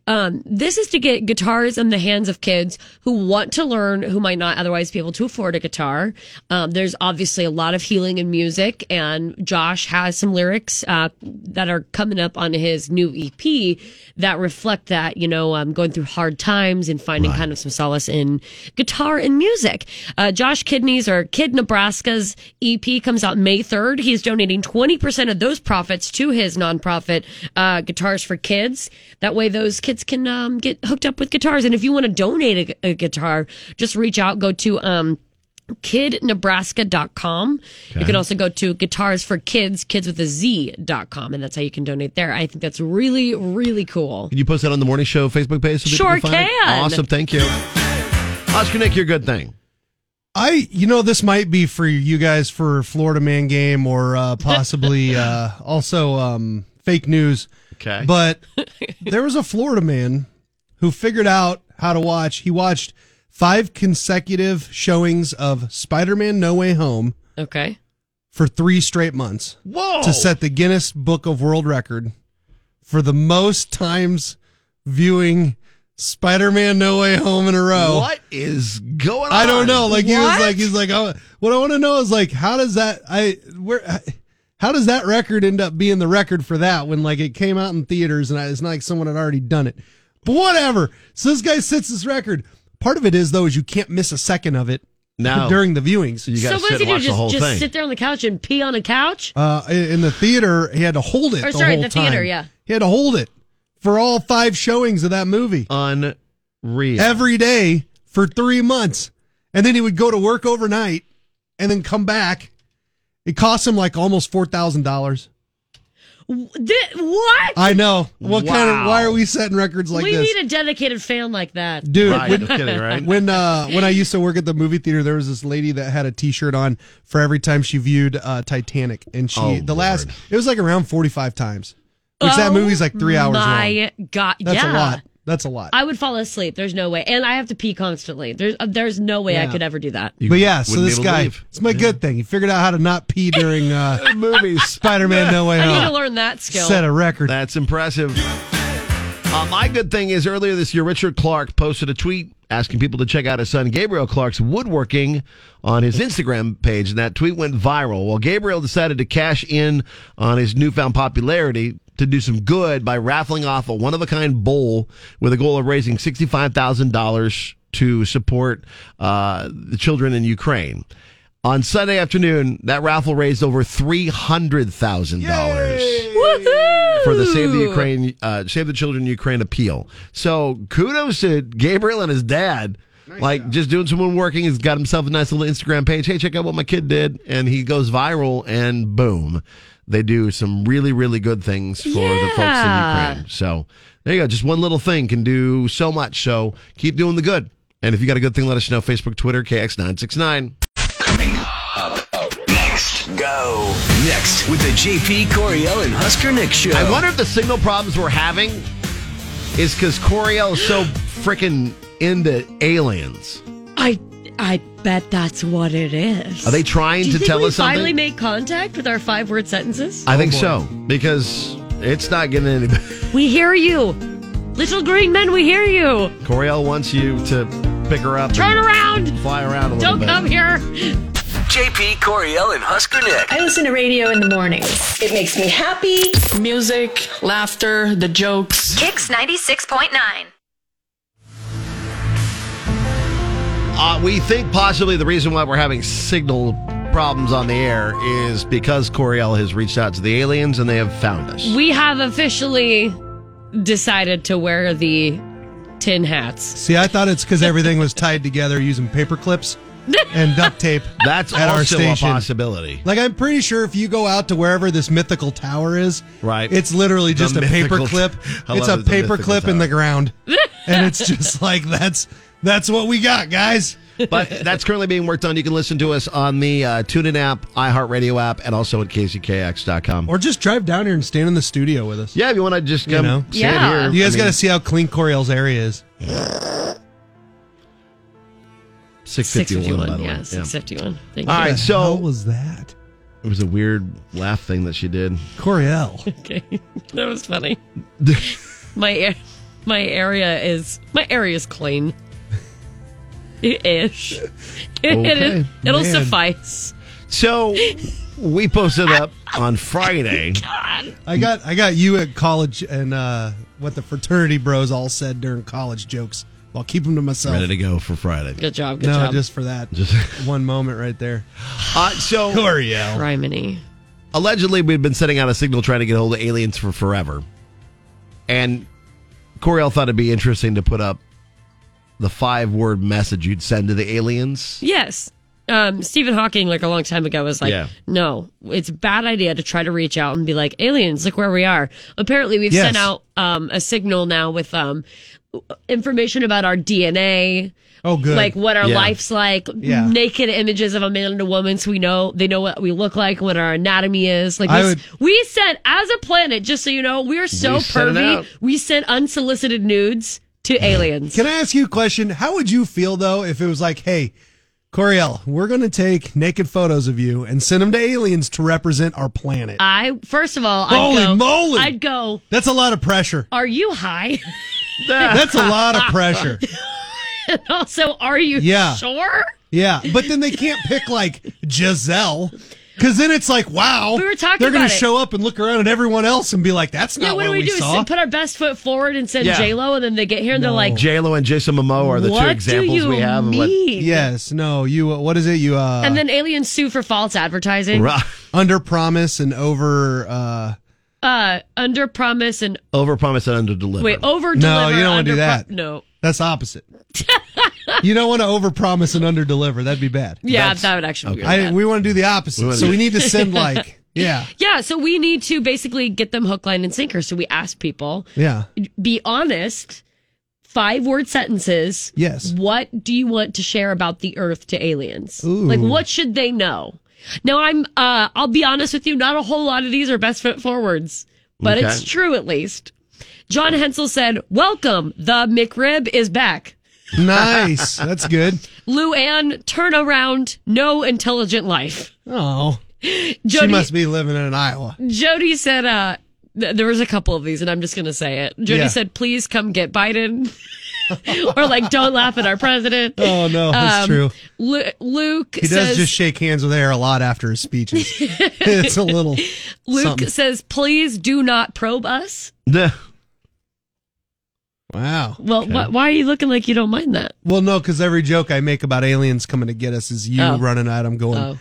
Speaker 12: Um, this is to get guitars in the hands of kids who want to learn, who might not otherwise be able to afford a guitar. Um, there's obviously a lot of healing in music, and Josh has some lyrics uh, that are coming up on his new EP that reflect that, you know, um, going through hard times and finding kind of some solace in guitar and music. Uh, Josh Kidney's or Kid Nebraska's EP comes out May 3rd. He's donating 20% of those profits to his nonprofit, uh, Guitars for Kids. That way, those kids can um, get hooked up with guitars. And if you want to donate a, a guitar, just reach out, go to. Um, kidnebraska.com you
Speaker 17: Okay.
Speaker 12: can also go to guitars for kids kids with a z.com and that's how you can donate there i think that's really really cool
Speaker 10: Can you post that on the morning show Facebook page? So
Speaker 12: Sure
Speaker 10: people find it?
Speaker 12: can.
Speaker 10: Awesome, thank you. Oscar Nick, your good thing.
Speaker 11: I, you know, this might be for you guys for Florida Man game or uh, possibly uh, also um, fake news.
Speaker 10: Okay.
Speaker 11: But there was a Florida man who figured out how to watch. He watched five consecutive showings of Spider Man No Way Home
Speaker 12: okay
Speaker 11: for three straight months.
Speaker 12: Whoa.
Speaker 10: Oh.
Speaker 11: To set the Guinness Book of World Record for the most times viewing Spider Man No Way Home in a row.
Speaker 10: What is going on?
Speaker 11: I don't know. Like he was
Speaker 10: What?
Speaker 11: like he's like oh, what I want to know is like how does that I where how does that record end up being the record for that when like it came out in theaters and I, it's not like someone had already done it. But whatever. So this guy sets this record. Part of it is though is you can't miss a second of it
Speaker 10: No.
Speaker 11: during the viewings. So
Speaker 10: you
Speaker 12: so what does he do just, just sit there on the couch and pee on a couch
Speaker 11: uh, in the theater, he had to hold it.
Speaker 12: Or,
Speaker 11: the
Speaker 12: sorry,
Speaker 11: whole
Speaker 12: the theater,
Speaker 11: time.
Speaker 12: yeah.
Speaker 11: He had to hold it for all five showings of that
Speaker 10: Oh,
Speaker 11: movie.
Speaker 10: Unreal.
Speaker 11: Every day for three months, and then he would go to work overnight, and then come back. It cost him like almost four thousand dollars.
Speaker 12: Thi- what?
Speaker 11: I know. What kind of?
Speaker 12: Wow.
Speaker 11: Why are we setting records like
Speaker 12: we
Speaker 11: this?
Speaker 12: need a dedicated fan like that,
Speaker 11: dude when, when uh when i used to work at the movie theater there was this lady that had a t-shirt on for every time she viewed uh titanic and she
Speaker 10: Oh,
Speaker 11: the last it was like around 45 times which that
Speaker 12: Oh,
Speaker 11: movie's like three hours long
Speaker 12: My God,
Speaker 11: that's
Speaker 12: yeah.
Speaker 11: a lot that's a lot
Speaker 12: I would fall asleep. There's no way, and I have to pee constantly. There's uh, there's no way I
Speaker 11: Yeah.
Speaker 12: could ever do that.
Speaker 11: but yeah so
Speaker 10: wouldn't be
Speaker 11: this
Speaker 10: able to
Speaker 11: guy
Speaker 10: leave.
Speaker 11: it's my good thing he figured out how to not pee during uh movies spider-man no way
Speaker 12: I need
Speaker 11: home
Speaker 12: to learn that skill.
Speaker 11: set a record
Speaker 10: That's impressive. Uh, my good thing is earlier this year, Richard Clark posted a tweet asking people to check out his son Gabriel Clark's woodworking on his Instagram page, and that tweet went viral. Well, Gabriel decided to cash in on his newfound popularity to do some good by raffling off a one of a kind bowl with a goal of raising $65,000 to support uh, the children in Ukraine. On Sunday afternoon, that raffle raised over $300,000 for the Save the Ukraine, uh, Save the Children Ukraine appeal. So kudos to Gabriel and his dad. like just doing some working. He's got himself a nice little Instagram page. Hey, check out what my kid did, and he goes viral, and boom, they do some really really good things for the folks
Speaker 12: Yeah.
Speaker 10: in Ukraine. So there you go. Just one little thing can do so much. So keep doing the good. And if you got a good thing, let us know. Facebook, Twitter, KX969.
Speaker 3: Next, go. Next with the JP Coriel and Husker Nick show.
Speaker 10: I wonder if the signal problems we're having is because Coriel is so freaking into aliens.
Speaker 12: I I bet that's what it is.
Speaker 10: Are they trying
Speaker 12: do you
Speaker 10: to
Speaker 12: think
Speaker 10: tell
Speaker 12: we
Speaker 10: us something?
Speaker 12: Finally, make contact with our five word sentences.
Speaker 11: Oh,
Speaker 10: I think so because it's not getting any better.
Speaker 12: We hear you, little green men. We hear you.
Speaker 10: Coriel wants you to pick her up.
Speaker 12: Turn
Speaker 10: and
Speaker 12: around.
Speaker 10: Fly around a little
Speaker 12: Don't
Speaker 10: bit.
Speaker 12: come here.
Speaker 3: JP Coriel and Husker Nick.
Speaker 18: I listen to radio in the mornings. It makes me happy. Music, laughter, the jokes.
Speaker 7: Kicks 96.9.
Speaker 10: Uh, we think possibly the reason why we're having signal problems on the air is because Coriel has reached out to the aliens and they have found us.
Speaker 12: We have officially decided to wear the tin hats.
Speaker 11: see i thought it's because everything was tied together using paper clips and duct tape
Speaker 10: That's
Speaker 11: at our
Speaker 10: also a
Speaker 11: station
Speaker 10: possibility.
Speaker 11: Like I'm pretty sure if you go out to wherever this mythical tower is,
Speaker 10: Right.
Speaker 11: It's literally
Speaker 10: The
Speaker 11: just a paper
Speaker 10: mythical-
Speaker 11: clip.
Speaker 10: I
Speaker 11: It's a
Speaker 10: love the
Speaker 11: paper
Speaker 10: mythical
Speaker 11: clip in
Speaker 10: tower.
Speaker 11: the ground, and it's just like that's that's what we got, guys.
Speaker 10: but that's currently being worked on. You can listen to us on the uh, TuneIn app, iHeartRadio app, and also at KCKX.com.
Speaker 11: Or just drive down here and stand in the studio with us.
Speaker 10: Yeah, if you want to just
Speaker 11: You
Speaker 10: come
Speaker 11: know,
Speaker 10: stand Yeah. here.
Speaker 11: You guys
Speaker 10: I mean-
Speaker 11: got to see how clean Coriel's area is.
Speaker 10: 651, by the way.
Speaker 12: yeah, 651. Thank
Speaker 10: All
Speaker 12: you.
Speaker 10: right, so
Speaker 11: was that?
Speaker 10: It was a weird laugh thing that she did.
Speaker 11: Coriel.
Speaker 12: Okay, that was funny. my a- my area is my area is clean. Ish. It,
Speaker 10: Okay,
Speaker 12: it, will
Speaker 10: man.
Speaker 12: suffice.
Speaker 10: So we posted up on Friday.
Speaker 12: Ah,
Speaker 11: I got I got you at college and uh, what the fraternity bros all said during college jokes. I'll keep them to myself.
Speaker 10: Ready to go for Friday.
Speaker 12: Good job. Good
Speaker 11: no,
Speaker 12: job.
Speaker 11: just for that,
Speaker 10: Just-
Speaker 11: one moment right there.
Speaker 10: Uh, so
Speaker 11: Coriel.
Speaker 12: Criminy.
Speaker 10: Allegedly, we'd been sending out a signal trying to get a hold of aliens for forever. And Coriel thought it'd be interesting to put up the five word message you'd send to the aliens.
Speaker 12: Yes. Um, Stephen Hawking, like a long time ago, was like,
Speaker 10: Yeah.
Speaker 12: no, it's a bad idea to try to reach out and be like, aliens, look where we are. Apparently, we've
Speaker 16: Yes.
Speaker 12: sent out um, a signal now with um, information about our DNA.
Speaker 11: Oh, good.
Speaker 12: Like what our
Speaker 11: Yeah.
Speaker 12: life's like,
Speaker 11: Yeah.
Speaker 12: naked images of a man and a woman, so we know they know what we look like, what our anatomy is. Like we,
Speaker 11: I
Speaker 12: s-
Speaker 11: would-
Speaker 12: we sent as a planet, just so you know, we are so
Speaker 11: We sent it
Speaker 12: pervy.
Speaker 11: out.
Speaker 12: We sent unsolicited nudes to aliens.
Speaker 11: Can I ask you a question? How would you feel though if it was like, hey, Coriel, we're gonna take naked photos of you and send them to aliens to represent our planet.
Speaker 12: I first of all,
Speaker 11: Holy
Speaker 12: I'd go,
Speaker 11: moly!
Speaker 12: I'd go.
Speaker 11: That's a lot of pressure.
Speaker 12: Are you high?
Speaker 11: That's a lot of pressure.
Speaker 12: and also, are you
Speaker 11: Yeah.
Speaker 12: sure?
Speaker 11: Yeah, but then they can't pick like Giselle. Cause then it's like, wow,
Speaker 12: We were talking
Speaker 11: they're
Speaker 12: about
Speaker 11: to
Speaker 12: it.
Speaker 11: show up and look around at everyone else and be like, "That's not
Speaker 12: yeah, what, do we, do?
Speaker 11: saw."
Speaker 12: Sit- Put our best foot forward and send
Speaker 10: Yeah.
Speaker 12: J Lo, and then they get here and they're like,
Speaker 10: J Lo and Jason Momoa are the
Speaker 12: What
Speaker 10: two
Speaker 12: do
Speaker 10: examples we
Speaker 12: you
Speaker 10: have. of what-
Speaker 12: mean?
Speaker 11: yes, no, you. Uh, what is it? You uh,
Speaker 12: and then aliens sue for false advertising,
Speaker 11: under promise and over. Uh,
Speaker 12: uh, under promise and
Speaker 10: Overpromise and underdeliver.
Speaker 12: wait, oh. over
Speaker 11: no,
Speaker 12: deliver.
Speaker 11: you don't want to do that.
Speaker 12: No,
Speaker 11: that's opposite. you don't want to overpromise and underdeliver. That'd be bad.
Speaker 12: yeah, that would actually be really
Speaker 11: I,
Speaker 12: bad.
Speaker 11: we want to do the opposite.
Speaker 10: wanna
Speaker 11: so
Speaker 10: do-
Speaker 11: we need to send like, yeah,
Speaker 12: yeah, so we need to basically get them hook, line, and sinker. So we ask people,
Speaker 11: yeah.
Speaker 12: be honest, five word sentences.
Speaker 11: Yes.
Speaker 12: What do you want to share about the earth to aliens?
Speaker 11: Ooh.
Speaker 12: Like, what should they know? Now, I'm, uh, I'll be honest with you, not a whole lot of these are best foot forwards, but
Speaker 17: Okay.
Speaker 12: it's true at least. John Hensel said, Welcome, the McRib is back.
Speaker 11: Nice. That's good.
Speaker 12: Lou Ann, turn around, no intelligent life.
Speaker 11: Oh, she
Speaker 12: Jody-
Speaker 11: must be living in Iowa.
Speaker 12: Jody said, uh, th- there was a couple of these, and I'm just going to say it. Jody
Speaker 11: Yeah.
Speaker 12: said, please come get Biden. or like, don't laugh at our president. Um,
Speaker 11: Oh, no, that's true.
Speaker 12: Lu- Luke
Speaker 11: He does
Speaker 12: says,
Speaker 11: just shake hands with air a lot after his speeches. it's a little.
Speaker 12: Luke
Speaker 11: something.
Speaker 12: says, please do not probe us.
Speaker 11: Wow.
Speaker 12: Well, wh- why are you looking like you don't mind that?
Speaker 11: Well, no, because every joke I make about aliens coming to get us is you
Speaker 12: Oh.
Speaker 11: running at them going,
Speaker 12: Oh.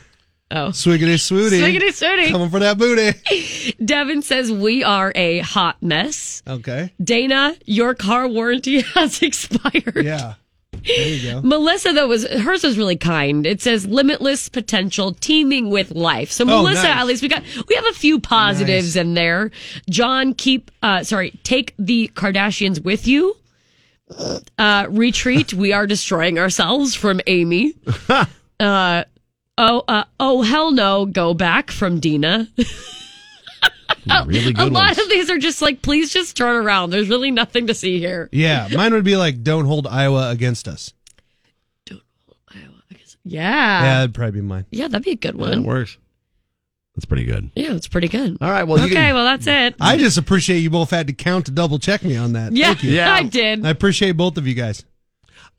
Speaker 12: Oh.
Speaker 11: swiggity swooty.
Speaker 12: Swiggity swooty.
Speaker 11: Coming for that booty.
Speaker 12: Devin says, we are a hot mess.
Speaker 11: Okay.
Speaker 12: Dana, your car warranty has expired.
Speaker 11: Yeah. There you go.
Speaker 12: Melissa, though, was hers was really kind. It says limitless potential teeming with life. So
Speaker 17: Oh,
Speaker 12: Melissa,
Speaker 17: nice.
Speaker 12: at least we got we have a few positives in there. John, keep uh sorry, take the Kardashians with you. Uh retreat. we are destroying ourselves from Amy. uh oh uh, oh hell no, go back from Dina.
Speaker 11: Really
Speaker 12: Oh, a lot of these are just like, please just turn around. There's really nothing to see here.
Speaker 11: yeah. Mine would be like, don't hold Iowa against us.
Speaker 12: Yeah.
Speaker 11: yeah, that'd probably be mine.
Speaker 12: Yeah, that'd be a good one.
Speaker 10: works. That's pretty good.
Speaker 12: Yeah, it's pretty good.
Speaker 10: All right. Well,
Speaker 12: okay. well, that's it.
Speaker 11: I just appreciate you both had to count to double check me on that.
Speaker 12: Yeah,
Speaker 11: Thank you.
Speaker 12: Yeah. I did.
Speaker 11: I appreciate both of you guys.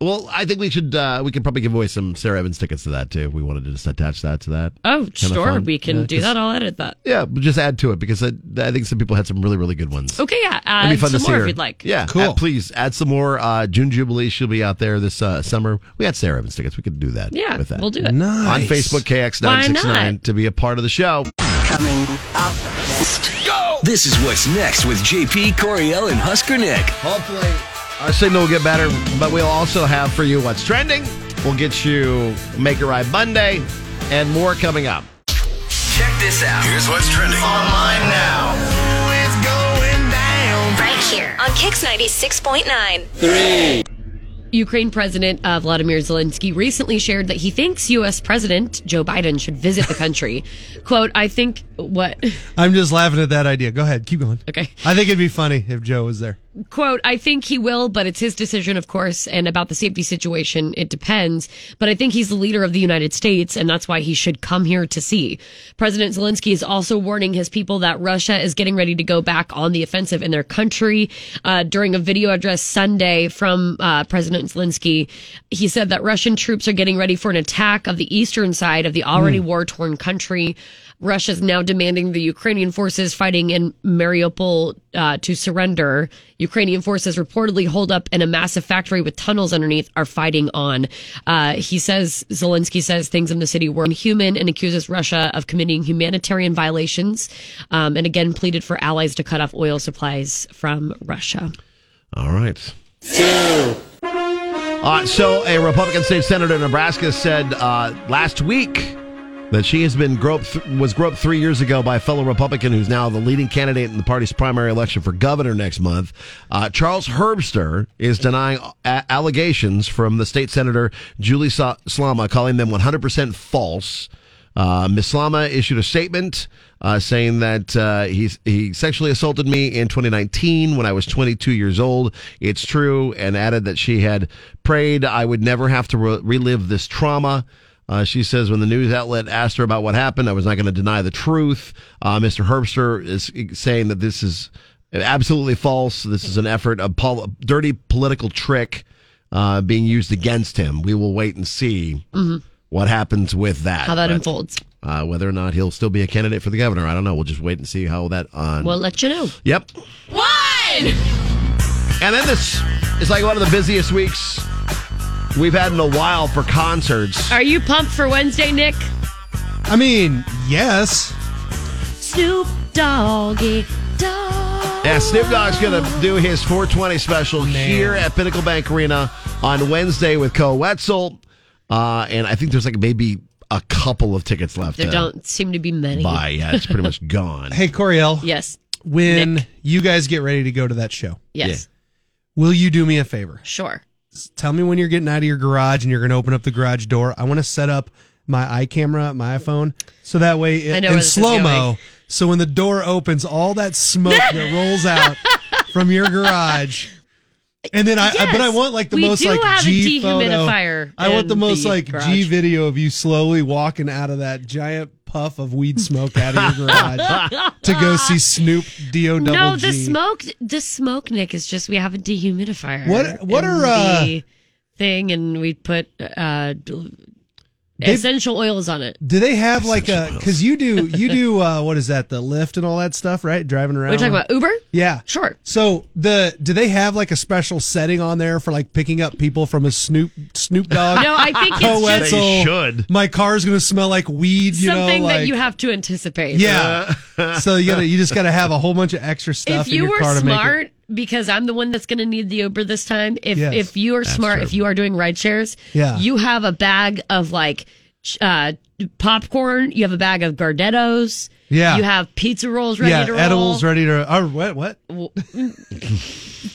Speaker 10: Well, I think we should. Uh, we could probably give away some Sarah Evans tickets to that too. If we wanted to just attach that to that.
Speaker 12: Oh,
Speaker 10: Kinda
Speaker 12: sure.
Speaker 10: fun.
Speaker 12: We can
Speaker 10: Yeah,
Speaker 12: do
Speaker 10: 'cause-
Speaker 12: that. I'll edit that.
Speaker 10: Yeah, but just add to it because I, I think some people had some really really good ones.
Speaker 12: Okay, yeah.
Speaker 10: It'd
Speaker 12: Add
Speaker 10: be fun
Speaker 12: some
Speaker 10: to see
Speaker 12: more
Speaker 10: her.
Speaker 12: if you'd like.
Speaker 10: Yeah,
Speaker 12: Cool.
Speaker 10: uh, please add some more. Uh, June Jubilee, she'll be out there this uh, summer. We had Sarah Evans tickets. We could do that.
Speaker 12: Yeah,
Speaker 10: with that.
Speaker 12: we'll do it.
Speaker 10: on
Speaker 12: Nice.
Speaker 10: Facebook KX nine six
Speaker 12: Why
Speaker 10: nine
Speaker 12: not?
Speaker 10: to be a part of the show.
Speaker 3: Coming up Go! This is what's next with JP Coriel and Husker Nick.
Speaker 10: Hopefully, our signal will get better, but we'll also have for you what's trending. We'll get you Make It Ride Monday and more coming up.
Speaker 1: Check this out. Here's what's trending online now. Ooh, it's going down.
Speaker 7: Right here on Kix 96.9.
Speaker 1: Three.
Speaker 12: Ukraine President uh, Vladimir Zelensky recently shared that he thinks U.S. President Joe Biden should visit the country. Quote, I think What?
Speaker 11: I'm just laughing at that idea. Go ahead, keep going.
Speaker 12: Okay.
Speaker 11: I think it'd be funny if Joe was there.
Speaker 12: quote i think he will but it's his decision of course and about the safety situation it depends but i think he's the leader of the united states and that's why he should come here to see president zelensky is also warning his people that russia is getting ready to go back on the offensive in their country uh, during a video address sunday from uh, president zelensky he said that russian troops are getting ready for an attack of the eastern side of the already
Speaker 16: Mm.
Speaker 12: war-torn country Russia is now demanding the Ukrainian forces fighting in Mariupol uh, to surrender. Ukrainian forces reportedly hold up in a massive factory with tunnels underneath are fighting on. Uh, he says, Zelensky says things in the city were inhuman and accuses Russia of committing humanitarian violations. Um, and again, pleaded for allies to cut off oil supplies from Russia.
Speaker 10: All right. Uh, so, a Republican state senator in Nebraska said uh, last week that she has been groped was groped three years ago by a fellow Republican who's now the leading candidate in the party's primary election for governor next month. Uh, Charles Herbster is denying a- allegations from the state senator Julie Sa- Slama, calling them 100% false. Uh, Ms. Slama issued a statement uh, saying that uh, he's, he sexually assaulted me in 2019 when I was 22 years old. It's true, and added that she had prayed I would never have to re- relive this trauma. Uh, she says when the news outlet asked her about what happened, I was not going to deny the truth. Uh, Mr. Herbster is saying that this is absolutely false. This is an effort, a pol- dirty political trick uh, being used against him. We will wait and see
Speaker 12: Mhm.
Speaker 10: what happens with that.
Speaker 12: How that
Speaker 10: But,
Speaker 12: unfolds.
Speaker 10: Uh, whether or not he'll still be a candidate for the governor, I don't know. We'll just wait and see how that on.
Speaker 12: We'll let you know.
Speaker 10: Yep. And then this is like one of the busiest weeks we've had in a while for concerts.
Speaker 12: Are you pumped for Wednesday, Nick?
Speaker 11: I mean, yes.
Speaker 12: Snoop Doggy Dog.
Speaker 10: Yeah, Snoop Dogg's going to do his 420 special here at Pinnacle Bank Arena on Wednesday with Co Wetzel. Uh, and I think there's like maybe a couple of tickets left.
Speaker 11: Uh,
Speaker 10: to
Speaker 12: There don't seem to be many.
Speaker 10: Buy. Yeah, it's pretty much gone.
Speaker 11: Hey, Coriel.
Speaker 12: Yes.
Speaker 11: When you guys get ready to go to that show,
Speaker 12: Yes.
Speaker 11: will you do me a favor?
Speaker 12: Sure.
Speaker 11: Tell me when you're getting out of your garage and you're going to open up the garage door. I want to set up my eye camera, my iPhone, so that way
Speaker 12: I
Speaker 11: it,
Speaker 12: know
Speaker 11: in
Speaker 12: where this is
Speaker 11: slow mo.
Speaker 12: going.
Speaker 11: So when the door opens, all that smoke that rolls out from your garage. And then I, I- but I want like the
Speaker 12: we
Speaker 11: most
Speaker 12: do
Speaker 11: like
Speaker 12: have a
Speaker 11: G
Speaker 12: dehumidifier
Speaker 11: photo. I want
Speaker 12: in
Speaker 11: the most
Speaker 12: the
Speaker 11: like G
Speaker 12: garage.
Speaker 11: video of you slowly walking out of that giant puff of weed smoke out of your garage to go see Snoop Do Double
Speaker 12: no,
Speaker 11: G.
Speaker 12: the smoke, the smoke, Nick is just we have a dehumidifier.
Speaker 11: What- what
Speaker 12: in
Speaker 11: are, uh,
Speaker 12: the thing? And we put uh, d-
Speaker 11: They-
Speaker 12: essential oils on it.
Speaker 11: Do they have like a? Because you do, you do. Uh, what is that? The lift and all that stuff, right? Driving around.
Speaker 12: We're talking about Uber.
Speaker 11: Yeah,
Speaker 12: sure.
Speaker 11: So the do they have like a special setting on there for like picking up people from a Snoop Snoop Dogg?
Speaker 12: No, I think it's
Speaker 11: Poe
Speaker 12: just- They
Speaker 11: Wetzel,
Speaker 10: should.
Speaker 11: My car's gonna smell like weed. Oh, You
Speaker 12: Something
Speaker 11: know, like,
Speaker 12: that you have to anticipate.
Speaker 11: Yeah. so you gotta you just gotta have a whole bunch of extra stuff.
Speaker 12: if
Speaker 11: in
Speaker 12: you
Speaker 11: your
Speaker 12: were
Speaker 11: car to make it-
Speaker 12: smart, because I'm the one that's going to need the Uber this time. If
Speaker 11: Yes.
Speaker 12: if you are
Speaker 11: That's
Speaker 12: smart,
Speaker 11: true.
Speaker 12: if you are doing ride shares,
Speaker 11: Yeah.
Speaker 12: you have a bag of like ch- uh, popcorn. You have a bag of Gardettos.
Speaker 11: Yeah.
Speaker 12: you have pizza rolls ready
Speaker 11: yeah,
Speaker 12: to roll.
Speaker 11: edibles ready to. Oh, what what?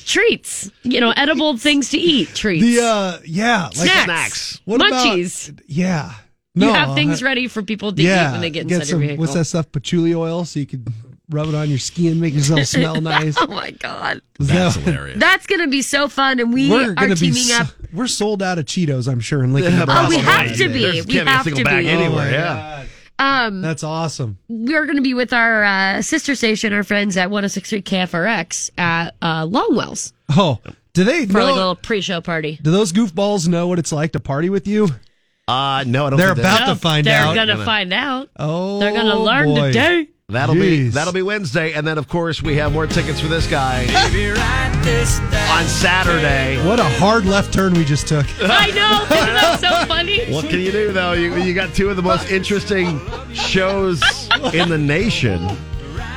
Speaker 12: treats. You know, edible things to eat. Treats.
Speaker 11: The uh, yeah, like
Speaker 12: snacks.
Speaker 11: What about-
Speaker 12: Munchies.
Speaker 11: yeah.
Speaker 12: you
Speaker 11: No,
Speaker 12: have things
Speaker 11: I-
Speaker 12: ready for people to eat when they get inside
Speaker 11: some,
Speaker 12: your vehicle.
Speaker 11: What's that stuff? Patchouli oil, so you could rub it on your skin, make yourself smell nice.
Speaker 12: oh my god,
Speaker 11: That's hilarious.
Speaker 12: that's gonna be so fun, and we
Speaker 11: We're
Speaker 12: are
Speaker 11: gonna be
Speaker 12: teaming
Speaker 11: so-
Speaker 12: up.
Speaker 11: We're sold out of Cheetos, I'm sure, in Lincoln.
Speaker 10: Yeah,
Speaker 11: Nebraska.
Speaker 12: Oh, we have to
Speaker 10: There's-
Speaker 12: be.
Speaker 10: there's can't
Speaker 12: we
Speaker 10: be a
Speaker 12: have
Speaker 10: single
Speaker 12: to
Speaker 10: bag
Speaker 12: be. Oh,
Speaker 10: anywhere. yeah.
Speaker 12: Um,
Speaker 11: That's awesome.
Speaker 12: we're going to be with our uh, sister station, our friends at 1063 KFRX at uh, Longwell's
Speaker 11: Oh, do they
Speaker 12: for like a
Speaker 11: know?
Speaker 12: little pre show party.
Speaker 11: Do those goofballs know what it's like to party with you?
Speaker 10: Uh, no, I don't.
Speaker 11: They're
Speaker 10: think
Speaker 11: about
Speaker 10: they-
Speaker 11: to find
Speaker 12: They're
Speaker 11: out.
Speaker 12: going to find out.
Speaker 11: Oh,
Speaker 12: They're going to learn
Speaker 11: boy.
Speaker 12: today.
Speaker 10: That'll be
Speaker 11: Jeez.
Speaker 10: that'll be Wednesday, and then of course we have more tickets for this guy on Saturday.
Speaker 11: What a hard left turn we just took.
Speaker 12: I know. Isn't that so funny?
Speaker 10: What can you do though? You you got two of the most interesting shows in the nation.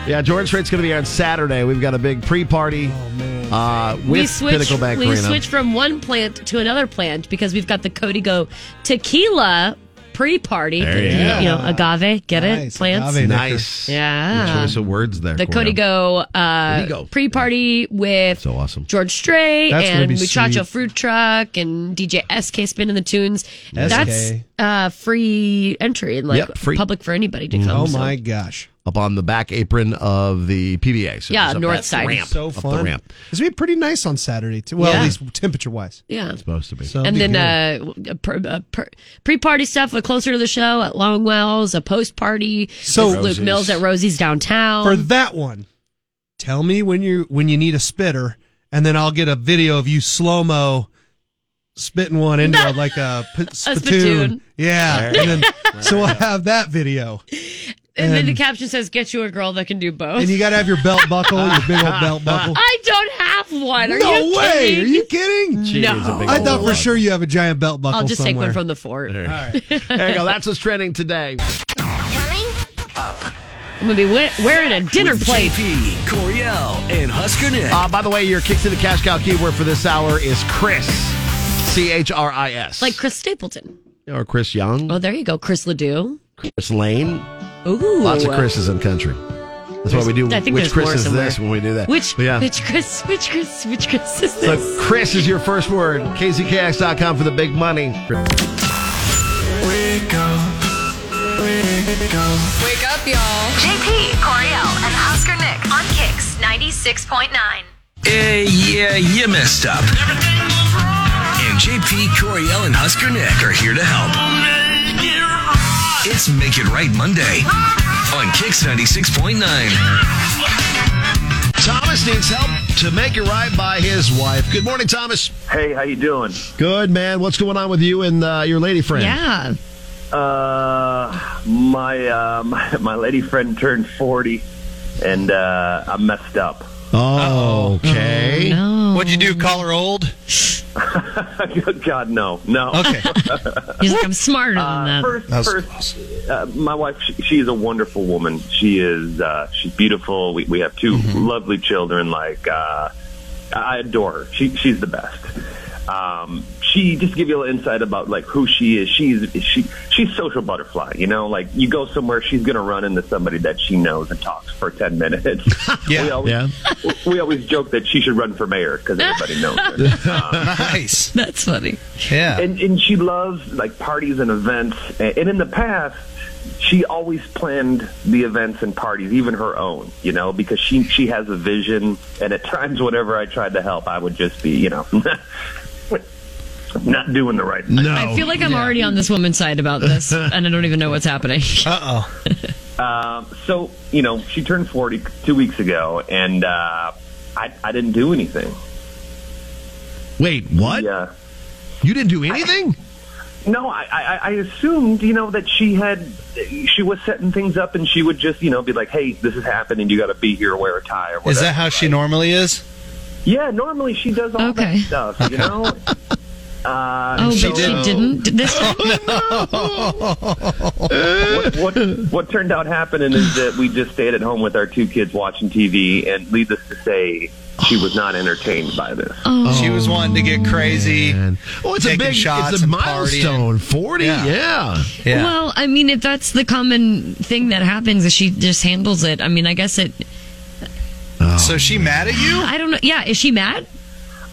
Speaker 10: Yeah, George Strait's going to be on Saturday. We've got a big pre-party
Speaker 19: Oh,
Speaker 10: uh, with
Speaker 12: we switch,
Speaker 10: Pinnacle Bank
Speaker 12: we
Speaker 10: Arena.
Speaker 12: switch from one plant to another plant because we've got the Cody Go tequila pre party.
Speaker 10: There you go.
Speaker 12: know, agave. Get
Speaker 11: Nice,
Speaker 12: it? Plants.
Speaker 11: agave.
Speaker 10: nice,
Speaker 12: Yeah.
Speaker 10: Good choice of words there.
Speaker 12: The Cody
Speaker 10: Coriel.
Speaker 12: Go
Speaker 10: Cody
Speaker 12: uh,
Speaker 10: Go.
Speaker 12: pre party with
Speaker 10: So awesome.
Speaker 12: George Strait
Speaker 10: That's gonna
Speaker 12: and
Speaker 10: be
Speaker 12: Muchacho
Speaker 10: sweet.
Speaker 12: Fruit Truck and DJ SK spinning the tunes.
Speaker 10: Nice.
Speaker 12: That's
Speaker 10: SK.
Speaker 20: uh, free entry and like
Speaker 10: Yep, free.
Speaker 20: public for anybody to come.
Speaker 10: Oh
Speaker 20: so.
Speaker 10: my
Speaker 19: gosh!
Speaker 10: Up on the back apron of the PBA. So
Speaker 20: Yeah,
Speaker 10: it's up
Speaker 20: north
Speaker 10: that
Speaker 20: side.
Speaker 10: Ramp,
Speaker 19: so
Speaker 10: up the
Speaker 19: fun.
Speaker 10: ramp.
Speaker 19: It's gonna be pretty nice on Saturday too. Well,
Speaker 20: Yeah.
Speaker 19: at least temperature wise.
Speaker 20: Yeah.
Speaker 10: It's supposed to be.
Speaker 20: and then uh, pre- uh, per- pre-party stuff with closer to the show at Longwell's, a post-party
Speaker 19: So-
Speaker 20: with Luke
Speaker 19: Rosie's.
Speaker 20: Mills at Rosie's downtown.
Speaker 19: for that one, tell me when you when you need a spitter, and then I'll get a video of you slow mo spitting one into a- like a, p- spittoon.
Speaker 20: spittoon.
Speaker 19: Yeah,
Speaker 20: All right.
Speaker 19: and then, so we'll have that video.
Speaker 20: and, then the
Speaker 19: and-
Speaker 20: caption says, "Get you a girl that can do both."
Speaker 19: And you got to have your belt buckle, your big old belt buckle.
Speaker 20: I don't have one. Are
Speaker 19: no
Speaker 20: you
Speaker 19: way!
Speaker 20: kidding?
Speaker 19: Are you kidding?
Speaker 20: She No. needs a big
Speaker 19: I
Speaker 20: old
Speaker 19: thought for
Speaker 20: buckle.
Speaker 19: sure you have a giant belt buckle.
Speaker 20: I'll just take one
Speaker 19: somewhere.
Speaker 20: from the fort.
Speaker 10: All right. There you go. That's what's trending today.
Speaker 20: I'm gonna be we- wearing a dinner plate.
Speaker 3: Coriel and Husker Nick.
Speaker 10: Uh, by the way, your kick to the cash cow keyword for this hour is Chris. C H R I S.
Speaker 20: like Chris Stapleton.
Speaker 10: Or Chris Young.
Speaker 20: Oh, there you go, Chris Ledoux.
Speaker 10: Chris Lane.
Speaker 20: Ooh, uh,
Speaker 10: Lots of Chris's in country. That's why we do
Speaker 20: I think
Speaker 10: which
Speaker 20: there's
Speaker 10: Chris
Speaker 20: more
Speaker 10: is
Speaker 20: somewhere.
Speaker 10: this when we do that.
Speaker 20: Which,
Speaker 10: But yeah.
Speaker 20: which Chris, which Chris, which Chris is this?
Speaker 10: so Chris is your first word. KZKX.com for the big money.
Speaker 21: Wake up. Wake up.
Speaker 7: Wake up, y'all. JP, Coriel, and Oscar Nick on Kicks 96.9.
Speaker 3: Eh, yeah, you messed up. And JP, Coriel, and Husker Nick are here to help. It's Make It Right Monday on Kix 96.9.
Speaker 10: Thomas needs help to make it right by his wife. Good morning, Thomas.
Speaker 14: Hey, how you doing?
Speaker 10: Good man. What's going on with you and uh, your lady friend?
Speaker 20: Yeah.
Speaker 14: Uh, my, uh, my my lady friend turned forty, and uh, I messed up.
Speaker 10: Oh, okay.
Speaker 14: What'd you do? Call her old? God, no, no.
Speaker 20: Okay. He's like, I'm smarter
Speaker 10: uh,
Speaker 20: than that.
Speaker 14: Uh, First, first uh, my wife, she, she is a wonderful woman. She is, uh, she's beautiful. We, we have 2 lovely children. Like, uh, I adore her. She, she's the best. Um, she just to give you a little insight about like who she is. She's she she's social butterfly. You know, like you go somewhere, she's gonna run into somebody that she knows and talks for ten minutes. yeah, we always, We always joke that she should run for mayor because everybody knows her.
Speaker 20: nice. That's funny.
Speaker 14: Yeah. And and she loves like parties and events. And, and in the past, she always planned the events and parties, even her own. You know, because she she has a vision. And at times, whenever I tried to help, I would just be, you know. Not doing the right thing. No.
Speaker 12: I feel like I'm already on this woman's side about this, and I don't even know what's happening. Uh oh.
Speaker 14: Um, so you know, she turned forty two weeks ago, and uh, I I didn't do anything.
Speaker 10: Wait, what?
Speaker 14: Yeah.
Speaker 10: You didn't do anything?
Speaker 14: no, I, I I assumed you know that she had she was setting things up, and she would just you know be like, hey, this is happening. You got to be here, wear a tie, or whatever.
Speaker 11: Is that how she normally is?
Speaker 14: Yeah, normally she does all
Speaker 11: Okay.
Speaker 14: that stuff, you know. Uh,
Speaker 12: Oh,
Speaker 14: so-
Speaker 12: but she didn't did this
Speaker 10: Oh,
Speaker 12: time.
Speaker 14: what, what what turned out happening is that we just stayed at home with our two kids watching TV, and needless to say, she was not entertained by this.
Speaker 11: she was wanting to get crazy.
Speaker 10: Oh,
Speaker 12: it's a big- it's
Speaker 11: shots
Speaker 10: a
Speaker 11: and
Speaker 10: milestone.
Speaker 11: partying.
Speaker 10: 40? Yeah.
Speaker 11: Yeah.
Speaker 12: Well, I mean, if that's the common thing that happens, is she just handles it. I mean, I guess it.
Speaker 11: so she mad at you?
Speaker 12: I don't know. Yeah, is she mad?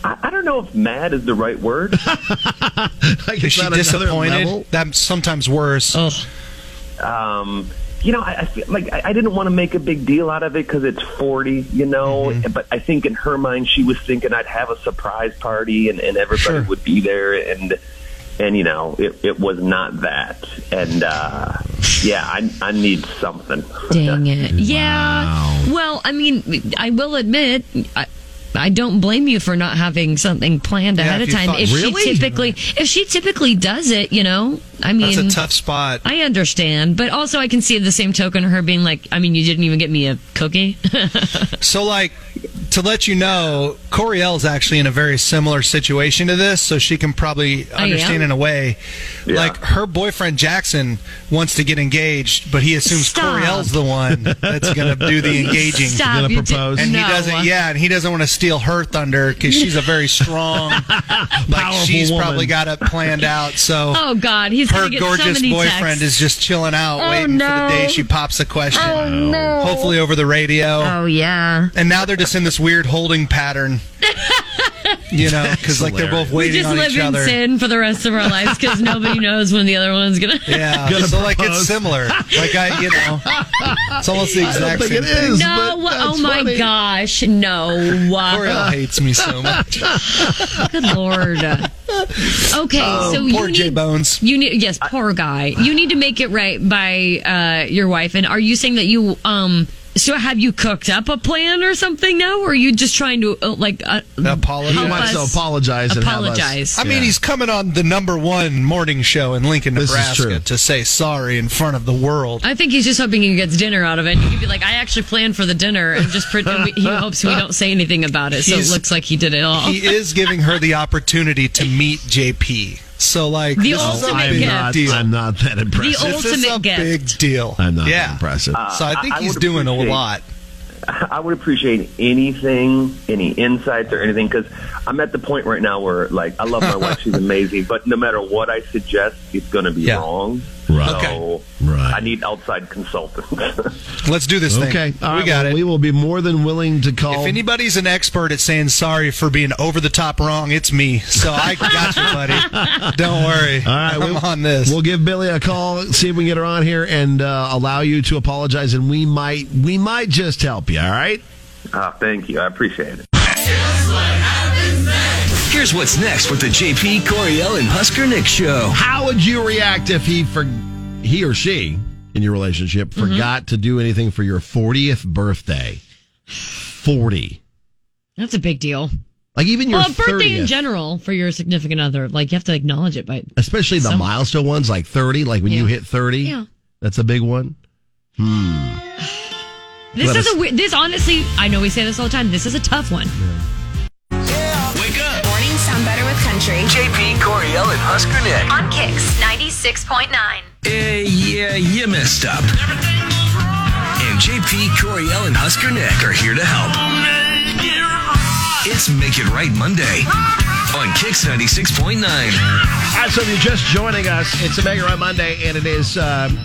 Speaker 14: I, I don't know if mad is the right word.
Speaker 11: Is she
Speaker 14: that another level?
Speaker 11: disappointed? That's sometimes worse.
Speaker 14: um, you know, I, I feel like I, I didn't want to make a big deal out of it because it's 40, you know, but I think in her mind she was thinking I'd have a surprise party and, and everybody would be there and and you know, it, it was not that. And uh yeah, I I need something.
Speaker 12: Dang it. Yeah. Well, I mean, I will admit, I, I don't blame you for not having something planned
Speaker 11: Yeah,
Speaker 12: ahead
Speaker 11: if
Speaker 12: of
Speaker 11: you
Speaker 12: time.
Speaker 11: thought-
Speaker 12: if
Speaker 11: Really?
Speaker 12: she typically, if she typically does it, you know, I mean,
Speaker 11: That's a tough spot.
Speaker 12: I understand, but also I can see the same token her being like, I mean, you didn't even get me a cookie.
Speaker 11: So, like, to let you know, Coriel's actually in a very similar situation to this, so she can probably
Speaker 12: I am?
Speaker 11: understand in a way. Like, her boyfriend Jackson wants to get engaged, but he assumes
Speaker 12: Stop.
Speaker 11: Coriel's the one that's going to do the engaging.
Speaker 12: Stop, Gonna you did- propose.
Speaker 11: And he
Speaker 12: no.
Speaker 11: doesn't, yeah, and he doesn't want to steal her thunder because she's a very strong, like,
Speaker 10: Powerful
Speaker 11: she's
Speaker 10: woman.
Speaker 11: probably got it planned out. So,
Speaker 12: oh God, he's
Speaker 11: her
Speaker 12: gonna get so
Speaker 11: gorgeous
Speaker 12: many
Speaker 11: boyfriend
Speaker 12: texts.
Speaker 11: is just chilling out,
Speaker 12: Oh,
Speaker 11: waiting for
Speaker 12: no.
Speaker 11: the day she pops a question.
Speaker 12: Oh, no.
Speaker 11: Hopefully over the radio.
Speaker 12: Oh yeah.
Speaker 11: And now they're just in this weird holding pattern. You know, because like they're both
Speaker 12: We
Speaker 11: waiting
Speaker 12: just
Speaker 11: on
Speaker 12: live
Speaker 11: each
Speaker 12: in
Speaker 11: other.
Speaker 12: sin for the rest of our lives because nobody knows when the other one's gonna.
Speaker 11: Yeah, so like it's similar. Like I, you know, it's almost the
Speaker 12: I don't
Speaker 11: exact
Speaker 12: think
Speaker 11: same
Speaker 12: it
Speaker 11: thing.
Speaker 12: is, No, but that's oh my funny. gosh, no.
Speaker 11: Coriel hates me so much.
Speaker 12: Good lord. Okay,
Speaker 11: Oh,
Speaker 12: so
Speaker 11: poor
Speaker 12: you need
Speaker 11: J Bones.
Speaker 12: You need yes, poor guy. You need to make it right by uh, your wife. And are you saying that you um? So have you cooked up a plan or something now, or are you just trying to uh, like uh,
Speaker 11: Apologize.
Speaker 12: help us- apologize.
Speaker 11: I mean, he's coming on the number one morning show in Lincoln,
Speaker 10: This is
Speaker 11: Nebraska,
Speaker 10: true.
Speaker 11: to say sorry in front of the world.
Speaker 12: I think he's just hoping he gets dinner out of it. He could be like, I actually planned for the dinner, and just pretend we, he hopes we don't say anything about it, so
Speaker 11: He's-
Speaker 12: it looks like he did it all.
Speaker 11: He is giving her the opportunity to meet JP. So like,
Speaker 12: The
Speaker 11: this is a
Speaker 12: ultimate
Speaker 11: big
Speaker 12: gift. I'm not-
Speaker 11: deal.
Speaker 10: I'm not that impressed.
Speaker 11: This is a big deal.
Speaker 10: I'm not
Speaker 11: Yeah. Ah,
Speaker 10: that impressive.
Speaker 14: Uh,
Speaker 11: So I think he's
Speaker 14: would
Speaker 11: doing a
Speaker 14: appreciate-
Speaker 11: lot.
Speaker 14: I would appreciate anything, any insights or anything, because I'm at the point right now where, like, I love my wife; she's amazing, but no matter what I suggest, it's going to be wrong.
Speaker 10: Right.
Speaker 14: So
Speaker 10: Right.
Speaker 14: I need outside consultants.
Speaker 11: Let's do this thing.
Speaker 10: Okay, all
Speaker 11: we
Speaker 10: right,
Speaker 11: got
Speaker 10: well,
Speaker 11: it.
Speaker 10: We will be more than willing to call.
Speaker 11: If anybody's an expert at saying sorry for being over the top wrong, it's me. So I got you, buddy. Don't worry.
Speaker 10: All right,
Speaker 11: I'm
Speaker 10: we-
Speaker 11: on this.
Speaker 10: We'll give Billy a call, see if we can get her on here, and uh, allow you to apologize. And we might, we might just help you. All right.
Speaker 14: Ah, thank you. I appreciate it.
Speaker 3: Here's what's next with the JP Coriel and Husker Nick show.
Speaker 10: How would you react if he for he or she in your relationship
Speaker 12: Mm-hmm.
Speaker 10: forgot to do anything for your fortieth birthday? Forty.
Speaker 12: That's a big deal.
Speaker 10: Like even your
Speaker 12: well, a birthday in
Speaker 10: 30th.
Speaker 12: general for your significant other, like you have to acknowledge it. But
Speaker 10: especially the
Speaker 12: Some-
Speaker 10: milestone ones like 30 like when you hit 30
Speaker 12: Yeah.
Speaker 10: that's a big one hmm
Speaker 12: this
Speaker 10: Let
Speaker 12: is
Speaker 10: us-
Speaker 12: a weird. This honestly, I know we say this all the time. This is a tough one.
Speaker 3: Wake up.
Speaker 7: Mornings sound better with country.
Speaker 3: JP Coriel and Husker Nick.
Speaker 7: On Kicks 96.9.
Speaker 3: Eh, yeah, you messed up. And JP Coriel and Husker Nick are here to help. It's Make It Right Monday on Kix 96.9.
Speaker 10: All right, so if you're just joining us, it's a Mega Right Monday, and it is um,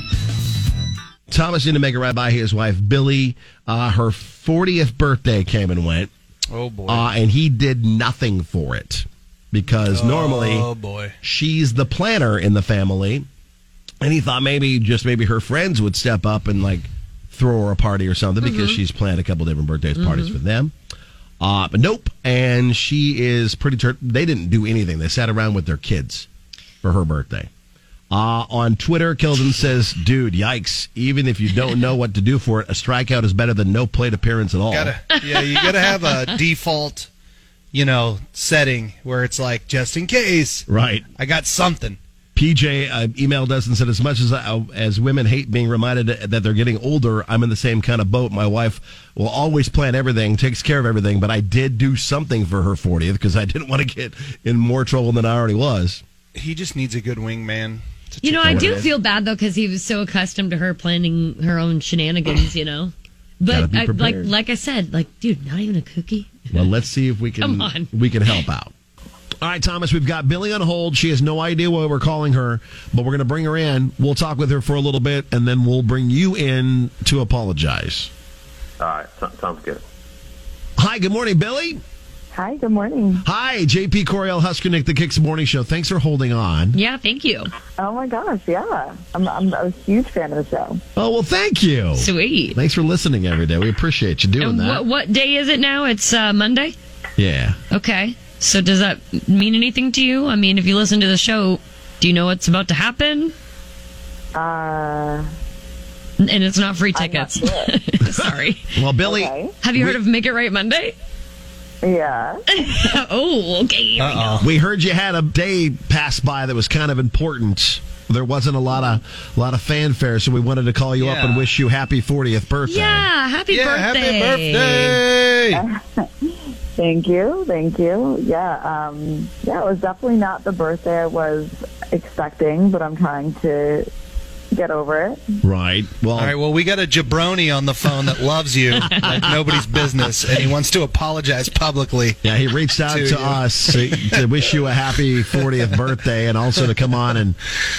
Speaker 10: Thomas in a Mega Right by his wife Billy. Uh, her 40th birthday came and went.
Speaker 11: Oh, boy.
Speaker 10: Uh, and he did nothing for it because normally
Speaker 11: Oh, boy.
Speaker 10: she's the planner in the family, and he thought maybe just maybe her friends would step up and like throw her a party or something because
Speaker 11: Mm-hmm.
Speaker 10: she's planned a couple different birthdays parties
Speaker 22: Mhm.
Speaker 10: for them. Uh, but nope, and she is pretty. Tur- they didn't do anything. They sat around with their kids for her birthday. Uh, on Twitter, Kilden says, "Dude, yikes! Even if you don't know what to do for it, a strikeout is better than no plate appearance at all."
Speaker 11: Gotta, yeah, you gotta have a default, you know, setting where it's like just in case.
Speaker 10: Right.
Speaker 11: I got something.
Speaker 10: PJ uh, emailed us and said, "As much as I, as women hate being reminded that they're getting older, I'm in the same kind of boat. My wife will always plan everything, takes care of everything, but I did do something for her 40th because I didn't want to get in more trouble than I already was."
Speaker 11: He just needs a good wingman. to
Speaker 12: You know,
Speaker 11: take
Speaker 12: I
Speaker 11: over
Speaker 12: do
Speaker 11: it.
Speaker 12: feel bad though because he was so accustomed to her planning her own shenanigans. You know, but
Speaker 10: be
Speaker 12: I, like
Speaker 10: prepared.
Speaker 12: like I said, like dude, not even a cookie.
Speaker 10: Well, let's see if we can
Speaker 12: Come on.
Speaker 10: we can help out. All right, Thomas, we've got Billy on hold. She has no idea why we're calling her, but we're going to bring her in. We'll talk with her for a little bit, and then we'll bring you in to apologize.
Speaker 14: All right, so- sounds good.
Speaker 10: Hi, good morning, Billy.
Speaker 23: Hi, good morning.
Speaker 10: Hi, JP Coriel Huskernick, the Kicks Morning Show. Thanks for holding on.
Speaker 12: Yeah, thank you.
Speaker 23: Oh my gosh, yeah. I'm, I'm a huge fan of the show.
Speaker 10: Oh well, thank you.
Speaker 12: Sweet.
Speaker 10: Thanks for listening every day. We appreciate you doing
Speaker 12: And
Speaker 10: that.
Speaker 12: what what day is it now? It's uh, Monday.
Speaker 10: yeah.
Speaker 12: Okay. So does that mean anything to you? I mean, if you listen to the show, do you know what's about to happen?
Speaker 23: Uh,
Speaker 12: and it's not free tickets. Sorry.
Speaker 10: Well, Billy,
Speaker 12: have you heard of Make It Right Monday?
Speaker 23: Yeah.
Speaker 12: oh, okay.
Speaker 10: we heard you had a day pass by that was kind of important. There wasn't a lot of a lot of fanfare, so we wanted to call you up
Speaker 12: Yeah.
Speaker 10: and wish you happy 40th birthday.
Speaker 12: Yeah, happy
Speaker 23: Yeah, happy
Speaker 12: birthday.
Speaker 23: birthday. Thank you, thank you. Yeah, um, yeah. It was definitely not the birthday I was expecting, but I'm trying to
Speaker 24: Get over it.
Speaker 10: Right. Well,
Speaker 11: all right. Well, we got a jabroni on the phone that loves you like nobody's business, and he wants to apologize publicly.
Speaker 10: Yeah, he reached out to,
Speaker 11: you.
Speaker 10: to us to, to wish you a happy 40th birthday, and also to come on and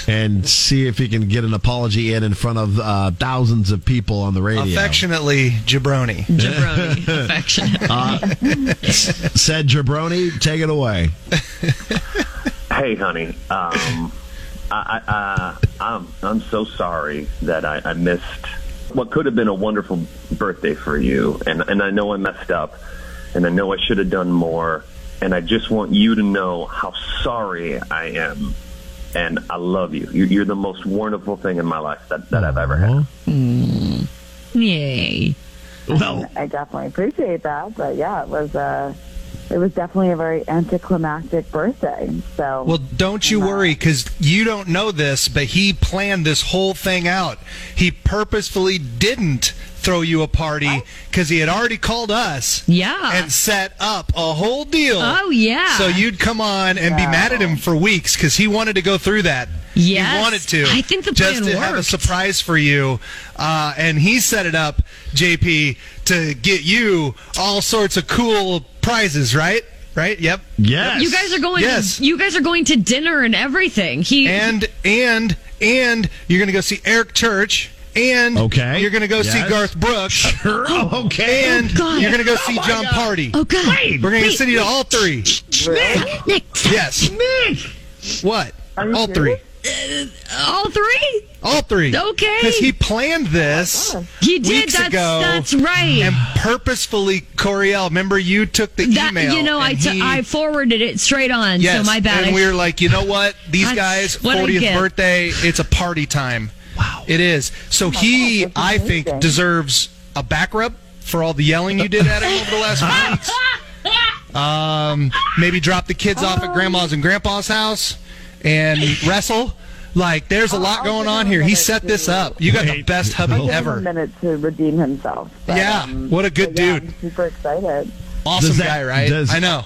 Speaker 10: and see if he can get an apology in in front of uh, thousands of people on the radio.
Speaker 11: Affectionately, jabroni.
Speaker 12: Jabroni. Affectionately.
Speaker 10: Uh, s- said jabroni, take it away.
Speaker 14: Hey, honey. Um, I, I, I, I'm I'm so sorry that I, I missed what could have been a wonderful birthday for you, and and I know I messed up, and I know I should have done more, and I just want you to know how sorry I am, and I love you. You're, you're the most wonderful thing in my life that, that I've ever had.
Speaker 12: Yay.
Speaker 10: Well,
Speaker 24: I definitely appreciate that, but yeah, it was uh, it was definitely a very anticlimactic birthday. So
Speaker 11: Well, don't you worry because you don't know this, but he planned this whole thing out. He purposefully didn't throw you a party because he had already called us.
Speaker 12: Yeah.
Speaker 11: And set up a whole deal.
Speaker 12: Oh, yeah.
Speaker 11: So you'd come on and be mad at him for weeks because he wanted to go through that.
Speaker 12: Yes.
Speaker 11: He wanted to.
Speaker 12: I think the
Speaker 11: Just
Speaker 12: plan
Speaker 11: to have a
Speaker 12: worked.
Speaker 11: surprise for you. Uh, and he set it up, JP, to get you all sorts of cool prizes, right? Right? Yep.
Speaker 10: Yes.
Speaker 12: You guys are going.
Speaker 11: Yes.
Speaker 12: You guys are going to dinner and everything. He
Speaker 11: and and and you're gonna go see Eric Church. And
Speaker 10: Okay.
Speaker 11: you're gonna go see
Speaker 10: Yes.
Speaker 11: Garth Brooks.
Speaker 10: Sure. Okay.
Speaker 11: And
Speaker 12: Oh, God.
Speaker 11: you're gonna go see
Speaker 10: my
Speaker 11: John
Speaker 10: God.
Speaker 11: Party.
Speaker 12: Oh God.
Speaker 10: Wait,
Speaker 11: We're gonna
Speaker 12: Wait,
Speaker 11: send you to all three.
Speaker 12: Nick, Nick,
Speaker 11: Yes.
Speaker 10: Nick.
Speaker 11: What?
Speaker 24: you
Speaker 11: All three.
Speaker 24: serious?
Speaker 12: all three.
Speaker 11: All three.
Speaker 12: Okay. Oh,
Speaker 11: Because he planned this.
Speaker 12: He did.
Speaker 11: Weeks
Speaker 12: that's
Speaker 11: ago,
Speaker 12: that's right.
Speaker 11: And purposefully, Coriel. Remember, you took the
Speaker 12: that
Speaker 11: email.
Speaker 12: you know, I
Speaker 11: and
Speaker 12: t-
Speaker 11: he-
Speaker 12: I forwarded it straight on.
Speaker 11: Yes.
Speaker 12: so my bad. I-
Speaker 11: And we were like, you know what? These
Speaker 12: That's
Speaker 11: guys,
Speaker 12: what I
Speaker 11: 40th
Speaker 12: get.
Speaker 11: birthday, it's a party time. Wow. It is.
Speaker 12: Oh
Speaker 11: So he,
Speaker 24: God, that's
Speaker 11: I think,
Speaker 24: amazing.
Speaker 11: deserves a back rub for all the yelling you did at him over the last few weeks. Um, maybe drop the kids off at grandma's and grandpa's house and wrestle. Like, there's
Speaker 12: Oh,
Speaker 11: a lot going on here. He set this up. You got the best hubby
Speaker 24: Give him
Speaker 11: ever.
Speaker 24: a minute to redeem himself. But,
Speaker 11: Yeah,
Speaker 24: um,
Speaker 11: what a good
Speaker 24: but yeah,
Speaker 11: dude.
Speaker 24: I'm super excited.
Speaker 11: Awesome
Speaker 10: Does that-
Speaker 11: guy, right?
Speaker 10: does-
Speaker 11: I know.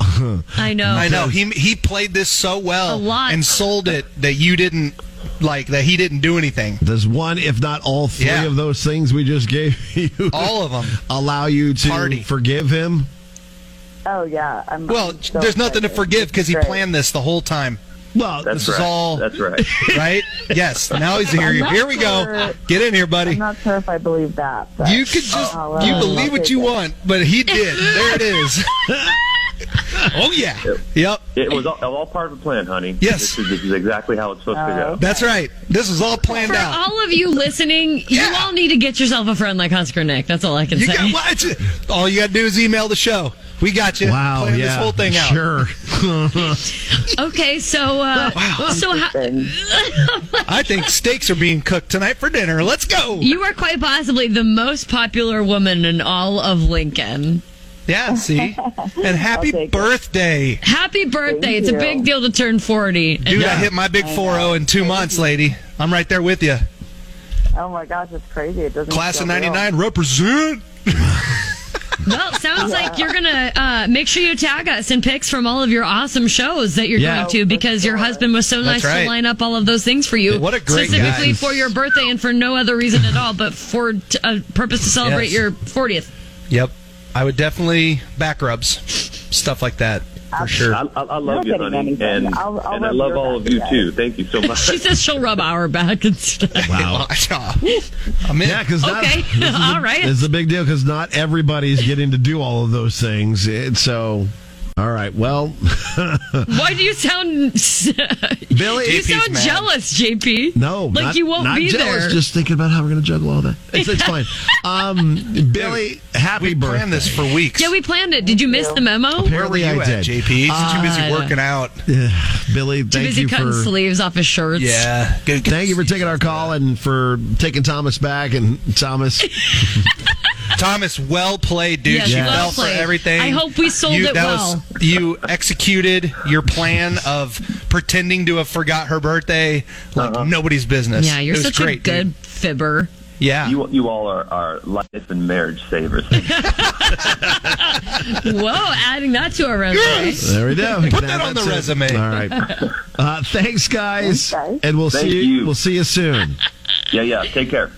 Speaker 12: I know.
Speaker 11: I know. He he played this so well
Speaker 12: A lot.
Speaker 11: and sold it that you didn't like that he didn't do anything.
Speaker 10: Does one, if not all three
Speaker 11: Yeah.
Speaker 10: of those things we just gave you,
Speaker 11: All of 'em.
Speaker 10: allow you to
Speaker 11: Party.
Speaker 10: forgive him?
Speaker 24: Oh yeah. I'm,
Speaker 11: Well,
Speaker 24: I'm so
Speaker 11: there's nothing to
Speaker 24: excited.
Speaker 11: forgive because he
Speaker 24: Great.
Speaker 11: planned this the whole time.
Speaker 10: Well,
Speaker 11: this
Speaker 14: That's
Speaker 11: is
Speaker 14: right.
Speaker 11: all
Speaker 14: That's right.
Speaker 11: right. yes. Now he's here.
Speaker 24: I'm not
Speaker 11: Here we go.
Speaker 24: sure-
Speaker 11: Get in here, buddy.
Speaker 24: I'm not sure if I believe that. But
Speaker 11: You could
Speaker 14: Oh,
Speaker 11: just
Speaker 24: I'll, uh,
Speaker 11: you
Speaker 24: I'll
Speaker 11: believe what
Speaker 24: take
Speaker 11: you
Speaker 24: it.
Speaker 11: want, but he did. There it is. oh yeah. Yep.
Speaker 14: It was all, all part of the plan, honey.
Speaker 11: Yes.
Speaker 14: This is, this is exactly how it's supposed to go.
Speaker 11: That's right. This was all planned
Speaker 12: For
Speaker 11: out.
Speaker 12: all of you listening, you
Speaker 11: Yeah.
Speaker 12: all need to get yourself a friend like Husker Nick. That's all I can
Speaker 11: You
Speaker 12: say.
Speaker 11: got what? All you got to do is email the show. We got you.
Speaker 10: Wow,
Speaker 11: Plan
Speaker 10: yeah.
Speaker 11: this whole thing out.
Speaker 10: Sure.
Speaker 12: Okay, so
Speaker 11: Oh,
Speaker 12: uh, so how,
Speaker 11: I think steaks are being cooked tonight for dinner. Let's go.
Speaker 12: you are quite possibly the most popular woman in all of Lincoln.
Speaker 11: Yeah, see? And happy
Speaker 24: take it.
Speaker 11: birthday.
Speaker 12: Happy birthday!
Speaker 24: Thank
Speaker 12: It's a
Speaker 24: you.
Speaker 12: big deal to turn forty. And
Speaker 11: Dude, I hit my big 4 0 in two months, lady. I'm right there with you.
Speaker 24: Oh my gosh, it's crazy. It doesn't
Speaker 11: Class of
Speaker 25: So
Speaker 11: 99, represent.
Speaker 12: well, sounds like you're gonna uh, make sure you tag us in pics from all of your awesome shows that you're
Speaker 10: Yeah.
Speaker 12: going to because your husband was so
Speaker 11: That's
Speaker 12: nice
Speaker 11: right.
Speaker 12: to line up all of those things for you.
Speaker 11: What a great
Speaker 12: specifically
Speaker 11: guy.
Speaker 12: for your birthday and for no other reason at all, but for t- a purpose to celebrate
Speaker 11: Yes.
Speaker 12: your fortieth.
Speaker 11: Yep. I would definitely back rubs, stuff like that, for sure.
Speaker 14: I, I, I love
Speaker 24: You're not
Speaker 14: you,
Speaker 24: getting
Speaker 14: honey,
Speaker 24: anything.
Speaker 14: and,
Speaker 24: I'll- I'll
Speaker 14: and I
Speaker 24: rub
Speaker 14: love
Speaker 24: your
Speaker 14: all
Speaker 24: back
Speaker 14: of you
Speaker 24: today.
Speaker 14: too. Thank you so much.
Speaker 12: she says she'll rub our back and stuff.
Speaker 10: Wow.
Speaker 11: I'm in.
Speaker 10: Yeah, because
Speaker 12: Okay. All right.
Speaker 10: it's a big deal because not everybody's getting to do all of those things. It- so, all right, well,
Speaker 12: Why do you sound?
Speaker 10: Billy,
Speaker 12: you
Speaker 11: JP's
Speaker 12: sound
Speaker 11: mad.
Speaker 12: jealous, JP.
Speaker 10: no,
Speaker 12: like
Speaker 10: not,
Speaker 12: you won't
Speaker 10: not
Speaker 12: be
Speaker 10: jealous,
Speaker 12: there.
Speaker 10: Just thinking about how we're going to juggle all that. It's, it's fine. Um, Billy, happy
Speaker 11: We
Speaker 10: birthday.
Speaker 11: planned this for weeks.
Speaker 12: yeah, we planned it. Did you miss the memo?
Speaker 11: Where were
Speaker 10: Apparently,
Speaker 11: you
Speaker 10: I
Speaker 11: at,
Speaker 10: did.
Speaker 11: JP? He's too busy
Speaker 12: Uh,
Speaker 11: working out.
Speaker 10: Billy,
Speaker 12: Too
Speaker 10: thank
Speaker 12: busy
Speaker 10: you
Speaker 12: cutting
Speaker 10: for
Speaker 12: sleeves off his shirts.
Speaker 11: Yeah. Good-
Speaker 10: thank you for taking our call and for taking Thomas back and Thomas.
Speaker 11: Thomas, well played, dude.
Speaker 12: Yes,
Speaker 11: She fell
Speaker 12: well played.
Speaker 11: for everything.
Speaker 12: I hope we sold
Speaker 11: you,
Speaker 12: it
Speaker 11: that
Speaker 12: well.
Speaker 11: Was, you executed your plan of pretending to have forgot her birthday like nobody's business.
Speaker 12: Yeah, you're
Speaker 11: It was
Speaker 12: such
Speaker 11: great,
Speaker 12: a good
Speaker 11: dude.
Speaker 12: fibber.
Speaker 11: Yeah.
Speaker 14: You, you all are, are life and marriage savers.
Speaker 12: Whoa, adding that to our resume.
Speaker 10: there we go.
Speaker 11: Put
Speaker 10: Now
Speaker 11: that on the
Speaker 10: that's it.
Speaker 11: resume.
Speaker 10: All right. Uh, thanks,
Speaker 24: Thanks,
Speaker 10: guys,
Speaker 24: guys.
Speaker 10: and we'll
Speaker 14: Thank
Speaker 10: see
Speaker 14: you.
Speaker 10: We'll see you soon.
Speaker 16: Yeah, yeah. Take care.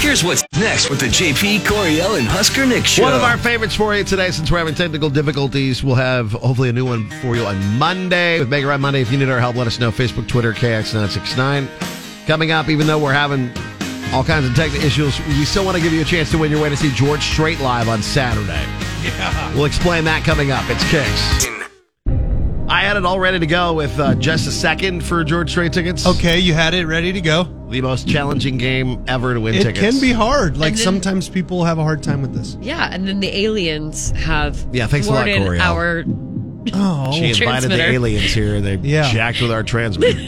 Speaker 3: Here's what's next with the JP Coriel and Husker Nick show.
Speaker 10: One of our favorites for you today, since we're having technical difficulties, we'll have hopefully a new one for you on Monday with Mega Ride Monday. If you need our help, let us know. Facebook, Twitter, KX969. Coming up, even though we're having all kinds of technical issues, we still want to give you a chance to win your way to see George Strait live on Saturday.
Speaker 1: Yeah.
Speaker 10: We'll explain that coming up. It's Kicks. I had it all ready to go with uh, just a second for George Strait tickets.
Speaker 11: Okay, you had it ready to go.
Speaker 10: The most challenging game ever to win
Speaker 11: It
Speaker 10: tickets.
Speaker 11: can be hard. Like
Speaker 12: And then-
Speaker 11: sometimes people have a hard time with this.
Speaker 12: Yeah, and then the aliens have
Speaker 10: Yeah, thanks a lot,
Speaker 12: thwarted
Speaker 10: Coriel.
Speaker 12: our
Speaker 11: oh,
Speaker 10: She invited the aliens here. They
Speaker 11: Yeah.
Speaker 10: jacked with our transmitter.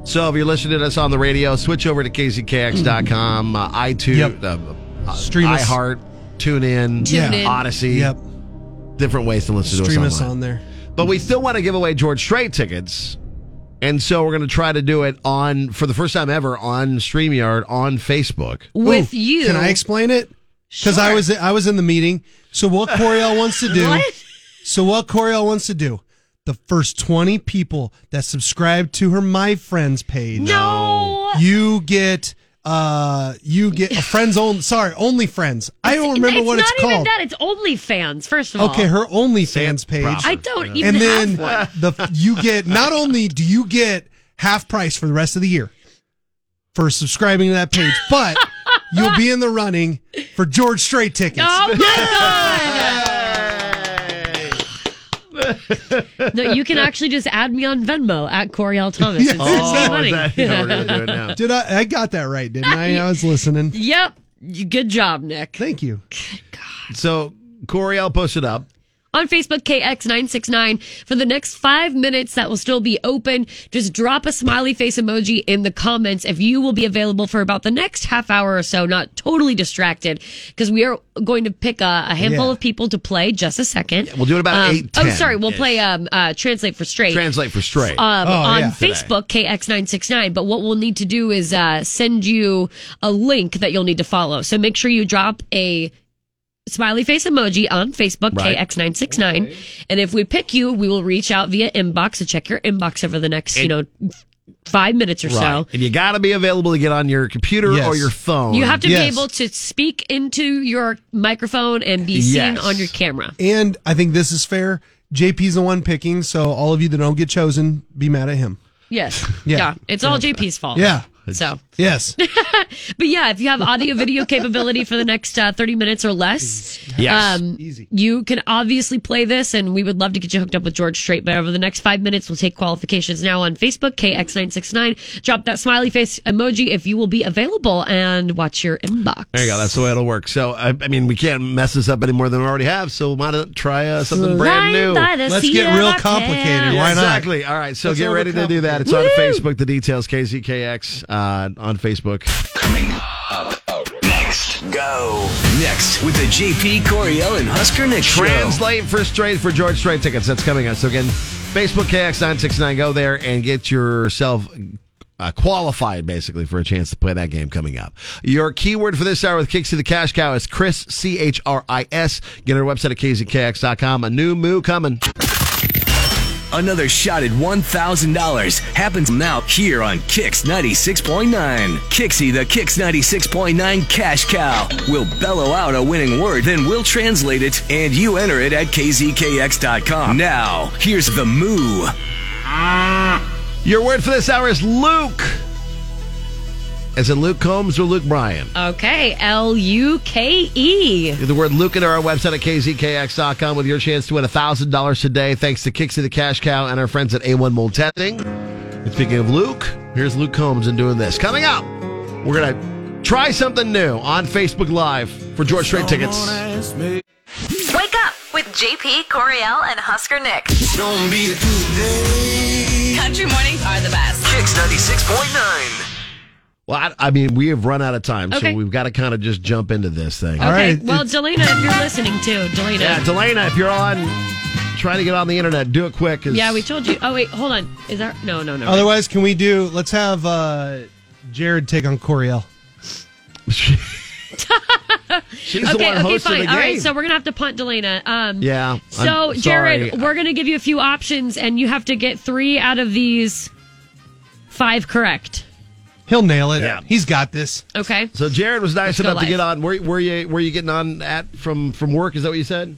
Speaker 10: so if you're listening to us on the radio, switch over to kckx.com, uh, iTunes, uh, uh,
Speaker 11: Stream us.
Speaker 10: iHeart, TuneIn,
Speaker 11: Tune in.
Speaker 10: Odyssey.
Speaker 11: Yep.
Speaker 10: Different ways to listen
Speaker 11: Stream
Speaker 10: to
Speaker 11: us
Speaker 10: us online.
Speaker 11: on there.
Speaker 10: But we still want to give away George Strait tickets. And so we're going to try to do it on, for the first time ever, on StreamYard, on Facebook.
Speaker 12: with
Speaker 11: Ooh,
Speaker 12: you.
Speaker 11: Can I explain it? Because I
Speaker 12: Sure.
Speaker 11: was I was in the meeting. So what Coriel wants to do?
Speaker 12: What?
Speaker 11: So what Coriel wants to do? The first twenty people that subscribe to her My Friends page,
Speaker 12: no,
Speaker 11: you get uh you get a friends only. Sorry, only friends. I don't remember
Speaker 12: it's
Speaker 11: what
Speaker 12: not
Speaker 11: it's
Speaker 12: even
Speaker 11: called.
Speaker 12: that. It's OnlyFans. First of all,
Speaker 11: Okay, her OnlyFans page.
Speaker 12: proper. I don't even
Speaker 11: And then
Speaker 12: have one.
Speaker 11: the you get not only do you get half price for the rest of the year for subscribing to that page, but you'll be in the running for George Strait tickets.
Speaker 12: Oh no, you can actually just add me on Venmo at Coriel Thomas.
Speaker 11: Yeah.
Speaker 12: and send me money.
Speaker 11: Oh, Did I? I got that right, didn't I? I was listening.
Speaker 12: yep. You- Good job, Nick.
Speaker 11: Thank you.
Speaker 10: So Coriel posted up.
Speaker 12: on Facebook KX969 for the next five minutes that will still be open. Just drop a smiley face emoji in the comments if you will be available for about the next half hour or so, not totally distracted, because we are going to pick a, a handful
Speaker 10: Yeah.
Speaker 12: of people to play just a second.
Speaker 10: we'll do it about
Speaker 12: um,
Speaker 10: 8:10.
Speaker 12: Oh, sorry. We'll play um, uh, Translate for Straight.
Speaker 10: Translate for Strait.
Speaker 11: Uh,
Speaker 12: um, on Facebook, KX969. But what we'll need to do is uh, send you a link that you'll need to follow. So make sure you drop a smiley face emoji on Facebook,
Speaker 23: Right.
Speaker 12: KX969. And if we pick you, we will reach out via inbox to check your inbox over the next, you know, five minutes or so.
Speaker 10: Right. Oh, And you got to be available to get on your computer
Speaker 12: Yes.
Speaker 10: or your phone.
Speaker 12: You have to be able to speak into your microphone and be seen
Speaker 11: Yes.
Speaker 12: on your camera.
Speaker 11: And I think this is fair. JP's the one picking, so all of you that don't get chosen, be mad at him.
Speaker 12: Yes.
Speaker 11: Yeah.
Speaker 12: Yeah. It's all JP's fault.
Speaker 11: Yeah.
Speaker 12: So.
Speaker 11: Yes.
Speaker 12: But yeah, if you have audio video capability for the next uh, 30 minutes or less,
Speaker 11: Yes.
Speaker 12: um, you can obviously play this, and we would love to get you hooked up with George Strait. But over the next five minutes, we'll take qualifications now on Facebook, KX969. Drop that smiley face emoji if you will be available and watch your inbox.
Speaker 10: There you go. That's the way it'll work. So, I, I mean, we can't mess this up any more than we already have. So, why not try uh, something brand new?
Speaker 12: Flying by the Let's get seat real of my complicated. pants. Why not?
Speaker 10: Exactly. All right. So,
Speaker 12: Let's
Speaker 10: get ready to do that. It's on
Speaker 12: overcomplicate.
Speaker 10: Facebook. The details, KZKX uh, on Facebook.
Speaker 3: Next, go. Next with the JP Coriel and Husker Nick show.
Speaker 10: Translate for Straight for George Strait tickets. That's coming up. So, again, Facebook KX969. Go there and get yourself. Uh, qualified basically for a chance to play that game coming up. Your keyword for this hour with Kicks to the Cash Cow is Chris, C H R I S. Get our website at kzkx.com. A new moo coming.
Speaker 3: Another shot at $1,000 happens now here on Kicks 96.9. Kixie, the Kicks 96.9 cash cow, will bellow out a winning word, then we'll translate it, and you enter it at kzkx.com. Now, here's the moo.
Speaker 10: Your word for this hour is Luke. Is it Luke Combs or Luke Bryan?
Speaker 12: Okay, L U K E.
Speaker 10: Get the word Luke into our website at kzkx.com with your chance to win $1,000 today thanks to Kixie the Cash Cow and our friends at A1 Mold Testing. And speaking of Luke, here's Luke Combs and doing this. Coming up, we're going to try something new on Facebook Live for George Strait tickets.
Speaker 7: Wake up with JP, Coriel, and Husker Nick. Country mornings are the best.
Speaker 3: Kicks 96.9.
Speaker 10: Well, I, I mean, we have run out of time,
Speaker 12: Okay.
Speaker 10: so we've got to kind of just jump into this thing.
Speaker 12: Okay, well, Delana, if you're listening too, Delana.
Speaker 10: Yeah, Delana, if you're on, trying to get on the internet, do it quick. 'cause-
Speaker 12: Yeah, we told you. Oh, wait, hold on. Is there? No, no, no.
Speaker 10: Oh,
Speaker 11: Otherwise, can we do? Let's have uh, Jared take on Coriel.
Speaker 10: She's the
Speaker 12: okay,
Speaker 10: one
Speaker 12: okay,
Speaker 10: hosting
Speaker 12: fine.
Speaker 10: the
Speaker 12: All right,
Speaker 10: game.
Speaker 12: so we're gonna have to punt Delana. Um,
Speaker 10: Yeah, I'm
Speaker 12: So,
Speaker 10: sorry.
Speaker 12: Jared, we're gonna give you a few options, and you have to get three out of these Five correct.
Speaker 11: He'll nail it. Yeah. He's got this.
Speaker 12: Okay.
Speaker 10: So Jared was nice
Speaker 12: Let's go
Speaker 10: enough to
Speaker 12: live.
Speaker 10: get on. Where, where you where you getting on at from from work? Is that what you said?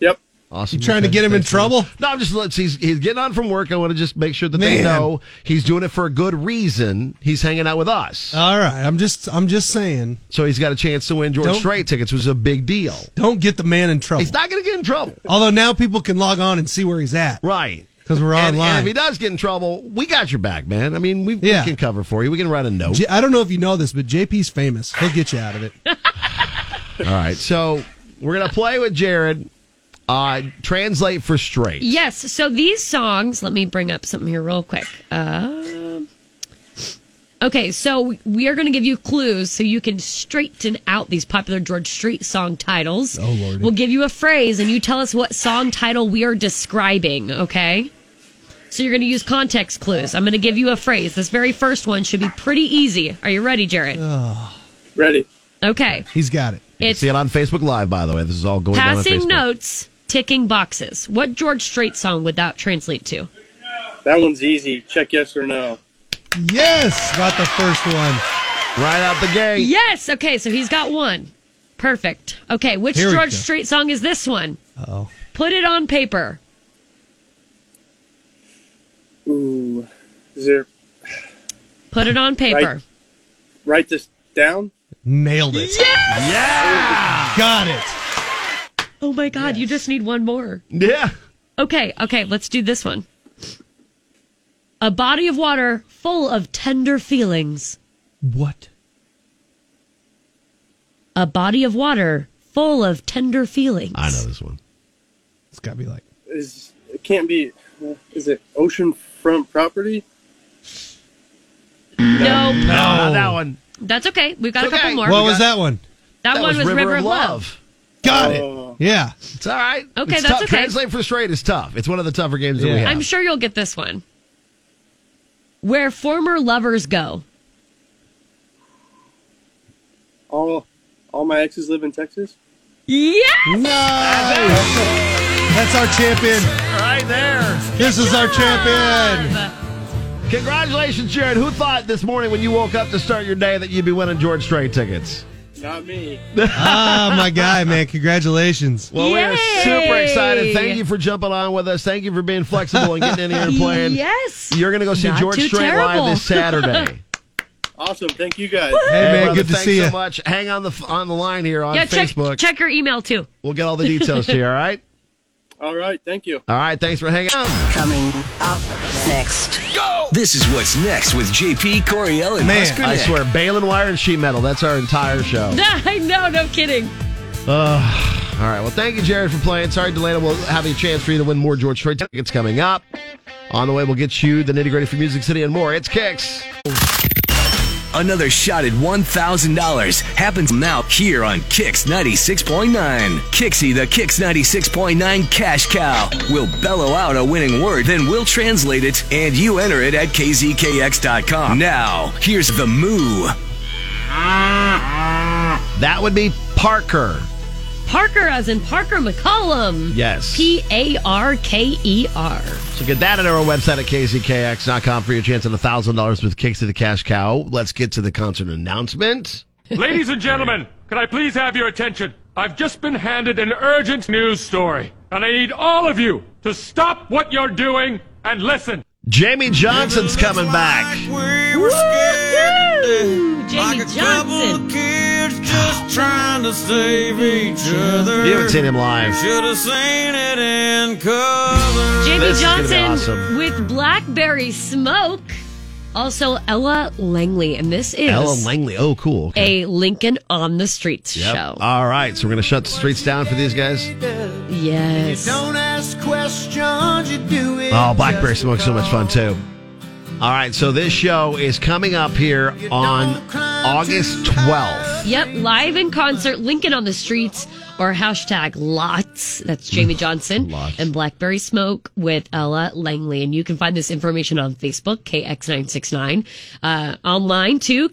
Speaker 23: Yep.
Speaker 10: Awesome.
Speaker 11: You trying to get him in
Speaker 10: Thanks, man.
Speaker 11: trouble?
Speaker 10: No, I'm just let's. He's he's getting on from work. I want to just make sure that they
Speaker 11: Man.
Speaker 10: know he's doing it for a good reason. He's hanging out with us.
Speaker 11: All right. I'm just I'm just saying.
Speaker 10: So he's got a chance to win George
Speaker 11: Don't-
Speaker 10: Strait tickets, which is a big deal.
Speaker 11: Don't get the man in trouble.
Speaker 10: He's not going to get in trouble.
Speaker 11: Although now people can log on and see where he's at.
Speaker 10: Right.
Speaker 11: Because we're
Speaker 10: And,
Speaker 11: online.
Speaker 10: and if he does get in trouble, we got your back, man. I mean, we,
Speaker 11: Yeah.
Speaker 10: we can cover for you. We can write a note.
Speaker 11: J- I don't know if you know this, but JP's famous. He'll get you out of it.
Speaker 10: All right. So we're gonna play with Jared. Uh, translate for straight.
Speaker 12: Yes. So these songs, let me bring up something here real quick. Uh, okay. So we are going to give you clues so you can straighten out these popular George Street song titles.
Speaker 26: Oh, Lordy.
Speaker 12: We'll give you a phrase and you tell us what song title we are describing. Okay. So you're going to use context clues. I'm going to give you a phrase. This very first one should be pretty easy. Are you ready, Jared?
Speaker 23: Ready.
Speaker 12: Okay.
Speaker 11: He's got it.
Speaker 10: You can
Speaker 12: It's-
Speaker 10: see it on Facebook Live, by the way. This is all going
Speaker 12: Passing
Speaker 10: down on Facebook.
Speaker 12: notes, ticking boxes. What George Strait song would that translate to?
Speaker 23: That one's easy. Check yes or no.
Speaker 11: Yes, got the first one.
Speaker 10: Right out the gate.
Speaker 12: Yes. Okay, so he's got one. Perfect. Okay, which
Speaker 11: Here we
Speaker 12: George
Speaker 11: go.
Speaker 12: Strait song is this one?
Speaker 11: Oh,
Speaker 12: Put it on paper.
Speaker 23: Ooh. Is there
Speaker 12: Put it on paper.
Speaker 23: Right. write this down?
Speaker 11: nailed it.
Speaker 10: Yeah.
Speaker 11: Got it.
Speaker 12: Oh my God, you just need one more.
Speaker 10: Yeah.
Speaker 12: Okay, okay, let's do this one. A body of water full of tender feelings.
Speaker 11: What?
Speaker 12: A body of water full of tender feelings.
Speaker 10: I know this one.
Speaker 11: It's got to be like
Speaker 23: Is it can't be is it oceanfront property?
Speaker 12: No.
Speaker 10: No, not that one.
Speaker 12: That's okay. We've Oh. got a couple more.
Speaker 11: What was that one?
Speaker 12: That, one was River, of Love.
Speaker 11: Got
Speaker 12: Oh.
Speaker 11: it. Yeah.
Speaker 10: It's all right.
Speaker 12: Okay,
Speaker 10: It's
Speaker 12: that's
Speaker 10: tough.
Speaker 12: okay.
Speaker 10: Translate for straight is tough. It's one of the tougher games that we have.
Speaker 12: I'm sure you'll get this one. Where former lovers go.
Speaker 23: All all my exes live in Texas?
Speaker 12: Yes!
Speaker 11: That's our champion.
Speaker 10: Right there.
Speaker 11: This is our champion.
Speaker 10: Congratulations, Jared. Who thought this morning when you woke up to start your day that you'd be winning George Strait tickets?
Speaker 23: Not me.
Speaker 11: Ah, my guy, man. Congratulations.
Speaker 10: Well, we are super
Speaker 23: Yay.
Speaker 10: excited. Thank you for jumping on with us. Thank you for being flexible and getting in here and playing.
Speaker 12: Yes.
Speaker 10: You're going to go see
Speaker 23: Not
Speaker 10: George
Speaker 23: too
Speaker 10: Strait
Speaker 23: terrible.
Speaker 10: live this Saturday.
Speaker 23: Awesome. Thank you guys.
Speaker 10: Hey,
Speaker 11: man,
Speaker 10: brother,
Speaker 11: good to
Speaker 10: thanks
Speaker 11: see
Speaker 10: so
Speaker 11: ya.
Speaker 10: much. Hang on the f- on the line here on
Speaker 12: yeah, check,
Speaker 10: Facebook.
Speaker 12: check your email too.
Speaker 10: We'll get all the details to you. All right.
Speaker 23: All right, thank you.
Speaker 10: All right. Thanks for hanging out.
Speaker 3: Coming up next. Go! This is what's next with JP Coriel and
Speaker 10: Man,
Speaker 3: Husker
Speaker 10: I
Speaker 3: Nick.
Speaker 10: swear, Balin wire and sheet metal. That's our entire show.
Speaker 12: I know, no kidding.
Speaker 10: Ugh. all right. Well, thank you, Jared, for playing. Sorry, Delana. We'll have a chance for you to win more George Strait tickets coming up. On the way, we'll get you the nitty gritty for Music City and more. It's Kicks.
Speaker 3: Another shot at $1,000 happens now here on Kicks 96.9. Kixie, the Kicks 96.9 cash cow, will bellow out a winning word, then we'll translate it, and you enter it at kzkx.com. Now, here's the moo.
Speaker 10: That would be Parker.
Speaker 12: Parker as in Parker McCollum.
Speaker 10: Yes.
Speaker 12: P A R K E R.
Speaker 10: So get that at our website at kzkx.com for your chance at $1,000 with Kicks to the Cash Cow. Let's get to the concert announcement.
Speaker 27: Ladies and gentlemen, could I please have your attention? I've just been handed an urgent news story, and I need all of you to stop what you're doing and listen.
Speaker 10: Jamie Johnson's coming back.
Speaker 27: Jamie Johnson.
Speaker 9: Just trying to save each other.
Speaker 10: You haven't seen him live.
Speaker 9: Should have seen it in color.
Speaker 12: Jamie
Speaker 10: This is gonna be
Speaker 12: Johnson
Speaker 10: awesome.
Speaker 12: with Blackberry Smoke. Also Ella Langley, and this is
Speaker 10: Ella Langley. Oh, cool. Okay.
Speaker 12: a Lincoln on the Streets
Speaker 10: Yep. Uh,
Speaker 12: show.
Speaker 10: All right. So we're going to shut the streets down for these guys.
Speaker 12: Yes.
Speaker 1: Don't ask questions, you do it.
Speaker 10: Oh, Blackberry Smoke's so much fun, too. All right. So this show is coming up here on August 12th.
Speaker 12: Yep, live in concert, Lincoln on the streets, or hashtag lots. That's
Speaker 10: Mm,
Speaker 12: Jamie Johnson and Blackberry Smoke with Ella Langley. And you can find this information on Facebook, KX969. Uh, online too,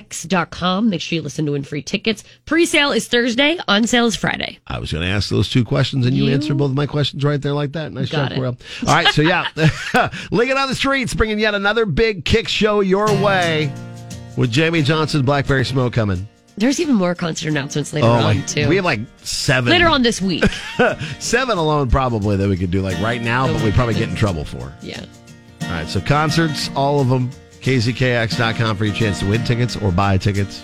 Speaker 12: KZKX.com. Make sure you listen to win free tickets. Pre sale is Thursday, on sale is Friday.
Speaker 10: I was going to ask those two questions, and you,
Speaker 12: You-
Speaker 10: answered both of my questions right there like that. Nice
Speaker 12: Got
Speaker 10: job,
Speaker 12: it.
Speaker 10: Corel. All right, so yeah, Lincoln on the Streets bringing yet another big kick show your way with Jamie Johnson's Blackberry Smoke coming.
Speaker 12: There's even more concert announcements later
Speaker 10: Oh,
Speaker 12: on
Speaker 10: my-
Speaker 12: too.
Speaker 10: we have like seven.
Speaker 12: later on this week.
Speaker 10: seven alone probably that we could do like right now,
Speaker 12: Oh,
Speaker 10: but we probably get in trouble for.
Speaker 12: yeah.
Speaker 10: All right, so concerts, all of them. KZKX.com for your chance to win tickets or buy tickets.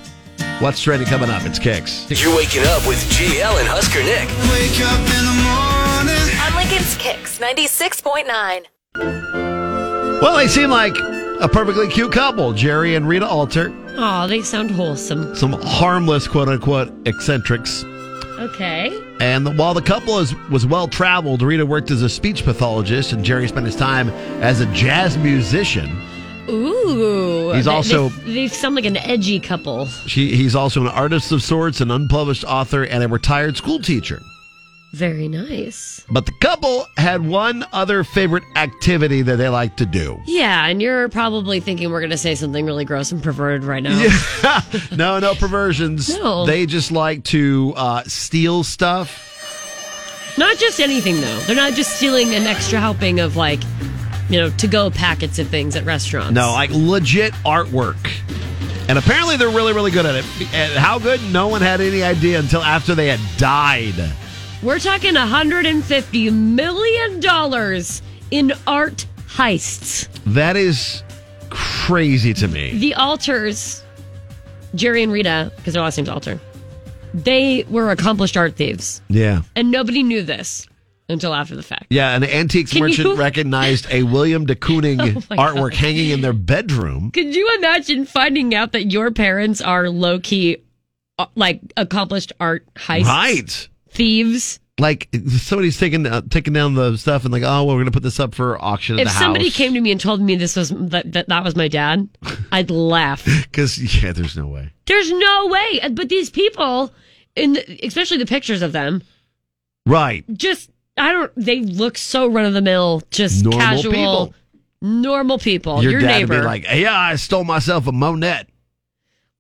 Speaker 10: What's trending coming up? It's Kicks.
Speaker 3: You're waking up with GL and Husker Nick.
Speaker 1: Wake up in the morning.
Speaker 7: On Lincoln's Kicks 96.9.
Speaker 10: Well, they seem like a perfectly cute couple, Jerry and Rita Alter.
Speaker 12: Aw, they sound wholesome.
Speaker 10: Some harmless, quote unquote, eccentrics.
Speaker 12: Okay.
Speaker 10: And while the couple is, was well traveled, Rita worked as a speech pathologist, and Jerry spent his time as a jazz musician.
Speaker 12: Ooh.
Speaker 10: He's
Speaker 12: They-
Speaker 10: also-
Speaker 12: they, they sound like an edgy couple.
Speaker 10: She, he's also an artist of sorts, an unpublished author, and a retired school teacher.
Speaker 12: Very nice.
Speaker 10: But the couple had one other favorite activity that they like to do.
Speaker 12: Yeah, and you're probably thinking we're going to say something really gross and perverted right now.
Speaker 10: No, no perversions.
Speaker 12: No.
Speaker 10: They just like to uh, steal stuff.
Speaker 12: Not just anything though. They're not just stealing an extra helping of like, you know, to go packets of things at restaurants.
Speaker 10: No, like legit artwork. And apparently they're really, really good at it. And how good? No one had any idea until after they had died.
Speaker 12: We're talking 150 million dollars in art heists.
Speaker 10: That is crazy to me.
Speaker 12: The alters, Jerry and Rita, because their last name's Alter, they were accomplished art thieves,
Speaker 10: Yeah.
Speaker 12: and nobody knew this until after the fact.
Speaker 10: Yeah, an antiques
Speaker 12: Can
Speaker 10: merchant
Speaker 12: you-
Speaker 10: recognized a William de Kooning
Speaker 12: Oh my
Speaker 10: artwork
Speaker 12: God.
Speaker 10: hanging in their bedroom.
Speaker 12: Could you imagine finding out that your parents are low key, like accomplished art heists,
Speaker 10: Right.
Speaker 12: Thieves.
Speaker 10: Like somebody's taking uh, taking down the stuff and like, oh, well, we're gonna put this up for auction at
Speaker 12: If
Speaker 10: the house.
Speaker 12: somebody came to me and told me this was that that, that was my dad, I'd laugh.
Speaker 10: Because yeah, there's no way.
Speaker 12: There's no way. uh, But these people, in the, especially the pictures of them,
Speaker 10: Right.
Speaker 12: just I don't. They look so run of the mill, just
Speaker 10: Normal
Speaker 12: casual,
Speaker 10: people.
Speaker 12: normal people. Your,
Speaker 10: dad
Speaker 12: neighbor,
Speaker 10: would be like, yeah, I stole myself a Monet.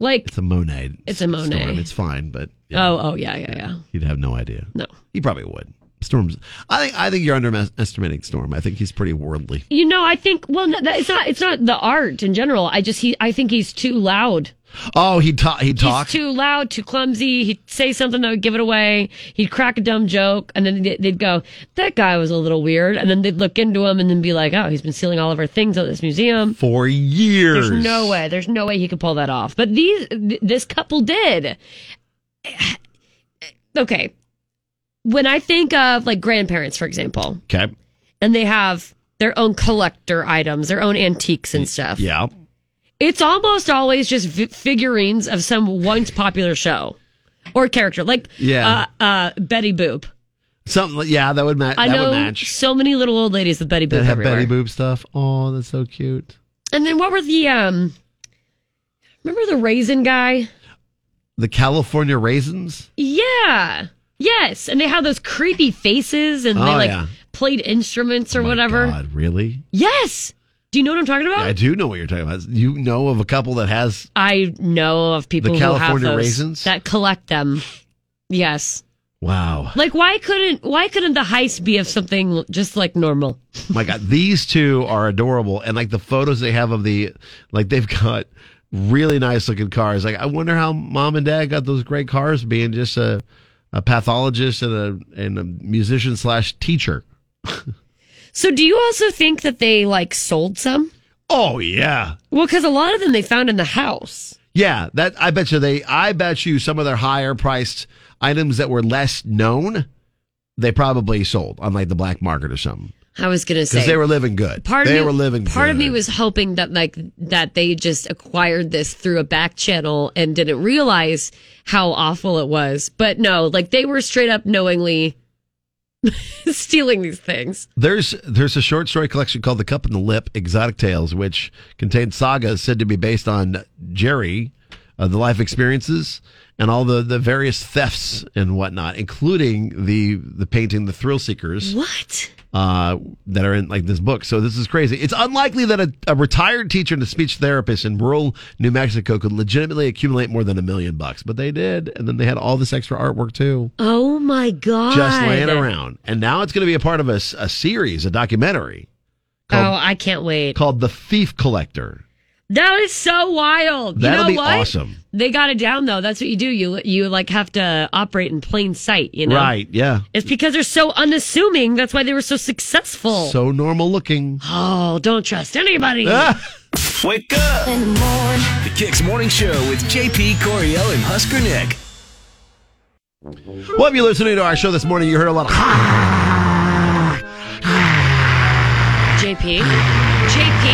Speaker 12: like
Speaker 10: It's a Monet.
Speaker 12: It's a Monet.
Speaker 10: Storm. It's fine, but
Speaker 12: oh, oh, yeah, yeah, yeah.
Speaker 10: he'd have no idea.
Speaker 12: No.
Speaker 10: He probably would. Storm's. I think. I think you're underestimating Storm. I think he's pretty worldly.
Speaker 12: You know, I think. Well, no, that, it's not. It's not the art in general. I just. He. I think he's too loud.
Speaker 10: Oh, he ta- he talks.
Speaker 12: He's too loud, too clumsy. He'd say something that would give it away. He'd crack a dumb joke, and then they'd- they'd go, "That guy was a little weird," and then they'd look into him and then be like, "Oh, he's been stealing all of our things at this museum."
Speaker 10: for years.
Speaker 12: There's no way. There's no way he could pull that off. But these, th- this couple did. okay. When I think of like grandparents, for example,
Speaker 10: Okay.
Speaker 12: and they have their own collector items, their own antiques and stuff.
Speaker 10: Yeah.
Speaker 12: It's almost always just v- figurines of some once popular show or character, like
Speaker 10: Yeah.
Speaker 12: uh, uh, Betty Boop.
Speaker 10: Something. like- Yeah, that would match.
Speaker 12: I
Speaker 10: That would
Speaker 12: know
Speaker 10: match.
Speaker 12: so many little old ladies with Betty Boop
Speaker 10: That have
Speaker 12: everywhere.
Speaker 10: Betty Boop stuff. Oh, that's so cute.
Speaker 12: And then what were the um? Remember the raisin guy?
Speaker 10: The California raisins.
Speaker 12: Yeah. Yes. And they had those creepy faces and they
Speaker 10: Oh,
Speaker 12: like
Speaker 10: yeah. Oh
Speaker 12: played instruments or whatever.
Speaker 10: God, really?
Speaker 12: Yes. Do you know what I'm talking about?
Speaker 10: I do know what you're talking about. You know of a couple that has.
Speaker 12: I know of people who have
Speaker 10: California
Speaker 12: those
Speaker 10: raisins?
Speaker 12: that collect them. Yes.
Speaker 10: Wow.
Speaker 12: Like why couldn't why couldn't the heist be of something just like normal?
Speaker 10: My God, these two are adorable, and like the photos they have of the, like they've got really nice looking cars. Like I wonder how mom and dad got those great cars, being just a, a pathologist and a and a musician slash teacher.
Speaker 12: So do you also think that they like sold some?
Speaker 10: Oh yeah,
Speaker 12: Well, because a lot of them they found in the house.
Speaker 10: yeah. That I bet you they. I bet you some of their higher priced items that were less known, they probably sold on like the black market or something
Speaker 12: I was gonna say
Speaker 10: because they were living good.
Speaker 12: Part
Speaker 10: they
Speaker 12: of me,
Speaker 10: were living.
Speaker 12: Part of
Speaker 10: good.
Speaker 12: me was hoping that like that they just acquired this through a back channel and didn't realize how awful it was. But no, like they were straight up knowingly stealing these things.
Speaker 10: There's there's a short story collection called The Cup and the Lip: Exotic Tales, which contains sagas said to be based on Jerry, uh, the life experiences and all the, the various thefts and whatnot, including the the painting the thrill seekers.
Speaker 12: What?
Speaker 10: Uh, that are in like this book. So this is crazy. It's unlikely that a, a retired teacher and a speech therapist in rural New Mexico could legitimately accumulate more than a million bucks, but they did, and then they had all this extra artwork too.
Speaker 12: Oh my god!
Speaker 10: Just laying around, and now it's going to be a part of a, s- a series, a documentary
Speaker 12: oh, I can't wait.
Speaker 10: called "The Thief Collector."
Speaker 12: That is so wild.
Speaker 10: That'll
Speaker 12: you know
Speaker 10: be
Speaker 12: what?
Speaker 10: awesome.
Speaker 12: They got it down though. That's what you do. You you like have to operate in plain sight. You know,
Speaker 10: Right? Yeah.
Speaker 12: It's because they're so unassuming. That's why they were so successful.
Speaker 10: So Ah! normal looking.
Speaker 12: oh, don't trust anybody.
Speaker 3: Wake up! The Kicks Morning Show with JP Coriel and Husker Nick.
Speaker 10: Well, if you're listening to our show this morning, you heard a lot of
Speaker 12: JP, JP,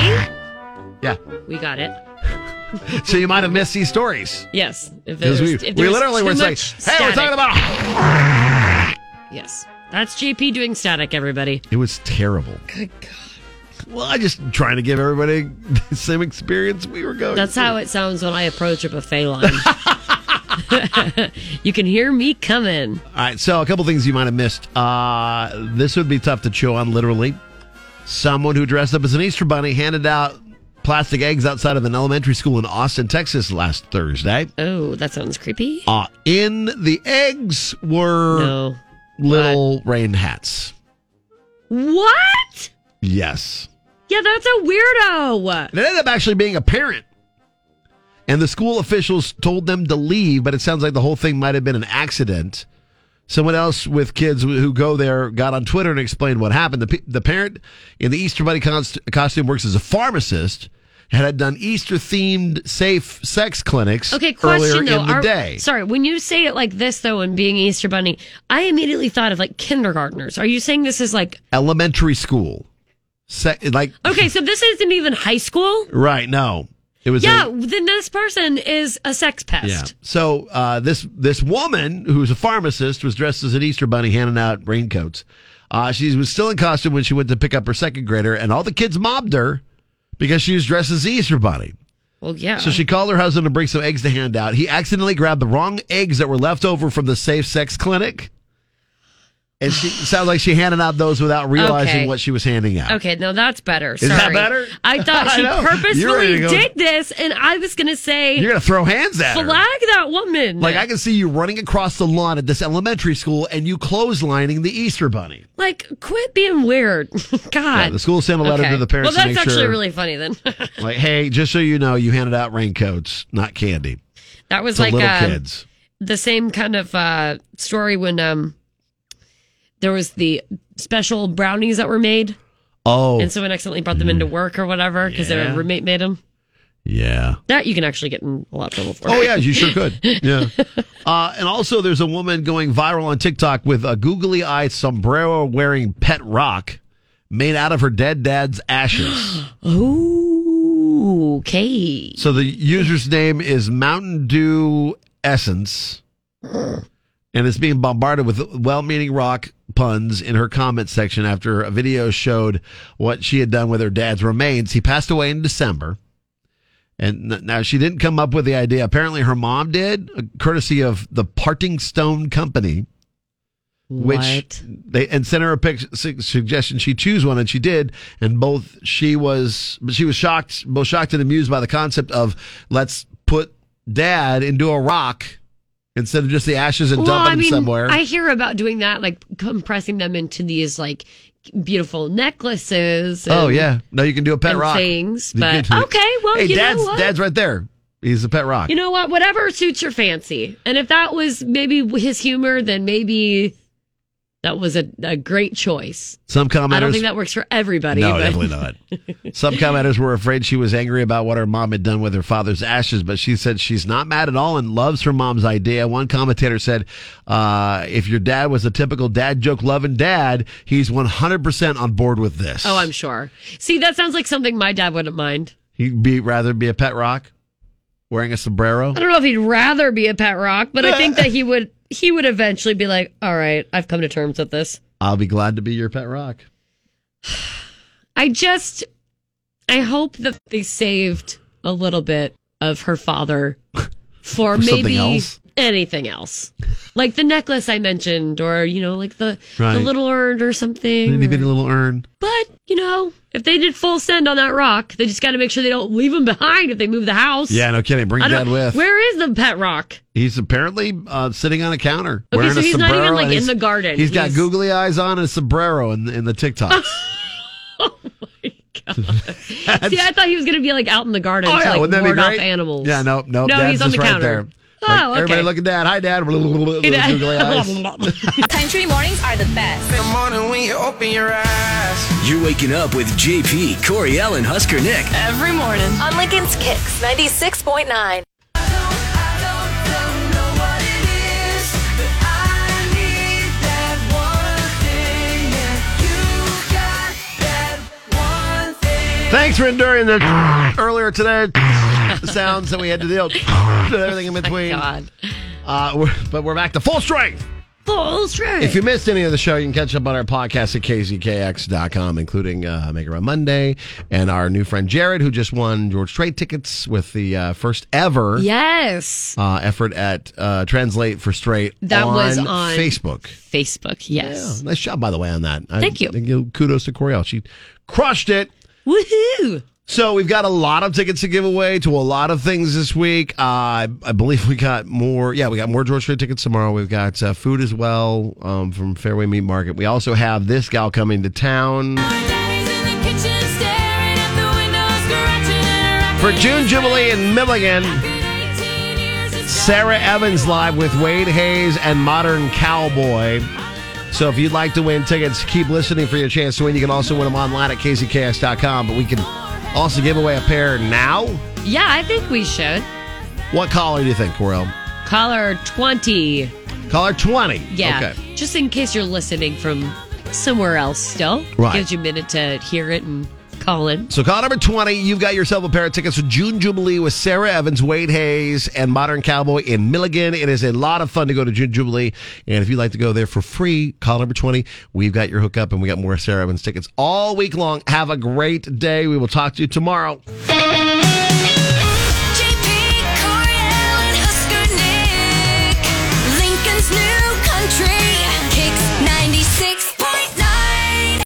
Speaker 10: yeah.
Speaker 12: we got it.
Speaker 10: So you might have missed these stories.
Speaker 12: Yes, if
Speaker 10: Because we,
Speaker 12: there's- if
Speaker 10: we
Speaker 12: there's
Speaker 10: literally
Speaker 12: too
Speaker 10: were saying,
Speaker 12: much
Speaker 10: hey, we're talking
Speaker 12: static."
Speaker 10: about.
Speaker 12: Yes, that's JP doing static. Everybody.
Speaker 10: It was terrible.
Speaker 12: Good
Speaker 10: God. Well, I just trying to give everybody the same experience we were going.
Speaker 12: That's how it sounds when I approach a buffet line. you can hear me coming.
Speaker 10: All right, so a couple things you might have missed. Uh, this would be tough to chew on, literally. Someone who dressed up as an Easter bunny handed out plastic eggs outside of an elementary school in Austin, Texas last Thursday.
Speaker 12: Oh, that sounds creepy.
Speaker 10: Uh, in the eggs were
Speaker 12: No.
Speaker 10: little rain hats.
Speaker 12: What?
Speaker 10: Yes.
Speaker 12: Yeah, that's a weirdo.
Speaker 10: And it ended up actually being a parent. And the school officials told them to leave, but it sounds like the whole thing might have been an accident. Someone else with kids who- who go there got on Twitter and explained what happened. The, p- the parent in the Easter Bunny const- costume works as a pharmacist and had done Easter themed safe sex clinics
Speaker 12: Okay,
Speaker 10: earlier
Speaker 12: question though.
Speaker 10: in the
Speaker 12: are-
Speaker 10: day.
Speaker 12: Sorry, when you say it like this though, and being Easter Bunny, I immediately thought of like kindergartners. Are you saying this is like
Speaker 10: Elementary school. Se- like,
Speaker 12: okay? So this isn't even high school.
Speaker 10: right, no. It was a-
Speaker 12: Yeah, then this person is a sex pest.
Speaker 10: Yeah. So uh, this this woman who's a pharmacist was dressed as an Easter bunny, handing out raincoats. Uh, she was still in costume when she went to pick up her second grader, and all the kids mobbed her because she was dressed as the Easter bunny.
Speaker 12: Well, yeah.
Speaker 10: So she called her husband to bring some eggs to hand out. He accidentally grabbed the wrong eggs that were left over from the safe sex clinic. And she it sounds like she handed out those without realizing
Speaker 12: Okay.
Speaker 10: what she was handing out.
Speaker 12: Okay, no, that's better.
Speaker 10: Is that
Speaker 12: Sorry.
Speaker 10: better?
Speaker 12: I thought
Speaker 10: I
Speaker 12: she
Speaker 10: know. You're ready
Speaker 12: purposefully
Speaker 10: to go-
Speaker 12: did this, and I was gonna say
Speaker 10: You're gonna throw hands at her.
Speaker 12: flag that woman.
Speaker 10: Like I can see you running across the lawn at this elementary school and you clotheslining the Easter bunny.
Speaker 12: Like, quit being weird. God.
Speaker 10: Yeah, the school sent a letter to the parents
Speaker 12: Well,
Speaker 10: to
Speaker 12: that's
Speaker 10: make
Speaker 12: actually
Speaker 10: sure-
Speaker 12: really funny then.
Speaker 10: Like, hey, just so you know, you handed out raincoats, not candy.
Speaker 12: that was
Speaker 10: to
Speaker 12: like
Speaker 10: little
Speaker 12: uh,
Speaker 10: kids.
Speaker 12: the same kind of uh, story when um, there was the special brownies that were made.
Speaker 10: Oh, Mm-hmm.
Speaker 12: And someone accidentally brought them into work or whatever because
Speaker 10: Yeah.
Speaker 12: their roommate made them.
Speaker 10: yeah.
Speaker 12: That you can actually get in a lot of trouble for.
Speaker 10: Oh, yeah, you sure could. Yeah. Uh, and also, there's a woman going viral on TikTok with a googly eyed sombrero wearing pet rock made out of her dead dad's ashes.
Speaker 12: Ooh, okay.
Speaker 10: so the user's name is Mountain Dew Essence, and it's being bombarded with well meaning rock puns in her comment section after a video showed what she had done with her dad's remains. He passed away in December. And n- now she didn't come up with the idea. Apparently, her mom did, courtesy of the Parting Stone Company, which
Speaker 12: What?
Speaker 10: they and sent her a pic, su- suggestion she choose one, and she did. And both she was, but she was shocked, both shocked and amused by the concept of let's put dad into a rock instead of just the ashes and dump him somewhere.
Speaker 12: I hear about doing that, like compressing them into these like beautiful necklaces.
Speaker 10: oh
Speaker 12: and-
Speaker 10: yeah, no, you can do a pet
Speaker 12: and
Speaker 10: rock
Speaker 12: things,
Speaker 10: You
Speaker 12: but-
Speaker 10: can do it.
Speaker 12: okay, well,
Speaker 10: hey,
Speaker 12: you know
Speaker 10: dad's
Speaker 12: what?
Speaker 10: dad's right there. He's a pet rock.
Speaker 12: You know what? Whatever suits your fancy. And if that was maybe his humor, then maybe that was a, a great choice.
Speaker 10: Some commenters.
Speaker 12: I don't think that works for everybody.
Speaker 10: No,
Speaker 12: but-
Speaker 10: definitely not. Some commenters were afraid she was angry about what her mom had done with her father's ashes, but she said she's not mad at all and loves her mom's idea. One commentator said, uh, if your dad was a typical dad joke loving dad, he's 100% on board with this.
Speaker 12: Oh, I'm sure. See, that sounds like something my dad wouldn't mind.
Speaker 10: He'd be rather be a pet rock wearing a sombrero.
Speaker 12: I don't know if he'd rather be a pet rock, but I think that he would. He would eventually be like, "All right, I've come to terms with this."
Speaker 10: I'll be glad to be your pet rock.
Speaker 12: I just I hope that they saved a little bit of her father for
Speaker 10: Or something
Speaker 12: maybe
Speaker 10: else?
Speaker 12: anything else, like the necklace I mentioned, or you know, like the the
Speaker 10: Right.
Speaker 12: little urn or something.
Speaker 10: Itty bitty little urn.
Speaker 12: But you know, if they did full send on that rock, they just got to make sure they don't leave them behind if they move the house.
Speaker 10: Yeah, no kidding. Bring
Speaker 12: I
Speaker 10: dad
Speaker 12: don't-
Speaker 10: with.
Speaker 12: Where is the pet rock?
Speaker 10: He's apparently uh, sitting on a counter.
Speaker 12: Okay,
Speaker 10: wearing
Speaker 12: so
Speaker 10: a
Speaker 12: he's not
Speaker 10: sombrero
Speaker 12: even, like,
Speaker 10: and
Speaker 12: in
Speaker 10: he's-
Speaker 12: the garden.
Speaker 10: He's got
Speaker 12: He's-
Speaker 10: googly eyes on and a sombrero in, in the TikToks.
Speaker 12: Oh See, I thought he was going to be like out in the garden to like
Speaker 10: Oh, wouldn't that be
Speaker 12: ward off
Speaker 10: great?
Speaker 12: animals.
Speaker 10: Yeah, nope, nope.
Speaker 12: No,
Speaker 10: Dad's
Speaker 12: he's on
Speaker 10: just
Speaker 12: the
Speaker 10: right
Speaker 12: counter.
Speaker 10: there.
Speaker 12: Oh,
Speaker 10: Like,
Speaker 12: okay.
Speaker 10: Everybody look at dad. Hi, dad. googly eyes.
Speaker 12: Oh,
Speaker 7: Country mornings are the best. Good morning when you open your eyes.
Speaker 3: You're waking up with JP, Corey Ellen, Husker Nick.
Speaker 7: Every morning. On Lincoln's Kicks 96.9.
Speaker 10: Thanks for enduring the earlier today sounds that we had to deal with everything
Speaker 12: Oh
Speaker 10: in between. Uh, we're, but we're back to full strength.
Speaker 12: Full strength.
Speaker 10: If you missed any of the show, you can catch up on our podcast at kzkx.com, including uh, Make It Run Monday and our new friend Jared, who just won George Strait tickets with the uh, first ever
Speaker 12: yes,
Speaker 10: uh, effort at uh, Translate for Straight
Speaker 12: That
Speaker 10: on
Speaker 12: was on
Speaker 10: Facebook.
Speaker 12: Facebook, yes.
Speaker 10: Yeah, nice job, by the way, on that.
Speaker 12: Thank you.
Speaker 10: you. Kudos to Coriel. She crushed it.
Speaker 12: Woohoo!
Speaker 10: So we've got a lot of tickets to give away to a lot of things this week. Uh, I, I believe we got more. Yeah, we got more George Strait tickets tomorrow. We've got uh, food as well um, from Fairway Meat Market. We also have this gal coming to town for June Jubilee in Milligan. Sarah Evans live with Wade Hayes and Modern Cowboy. So if you'd like to win tickets, keep listening for your chance to win. You can also win them online at kzkx.com, but we can also give away a pair now.
Speaker 12: Yeah, I think we should.
Speaker 10: What caller do you think, Corel?
Speaker 12: Caller 20.
Speaker 10: Caller 20.
Speaker 12: Yeah.
Speaker 10: Okay.
Speaker 12: Just in case you're listening from somewhere else still.
Speaker 10: Right.
Speaker 12: Gives you a minute to hear it and call in.
Speaker 10: So call number 20, you've got yourself a pair of tickets for June Jubilee with Sarah Evans, Wade Hayes, and Modern Cowboy in Milligan. It is a lot of fun to go to June Jubilee. And if you'd like to go there for free, call number 20. We've got your hookup and we got more Sarah Evans tickets all week long. Have a great day. We will talk to you tomorrow.
Speaker 7: Lincoln's new country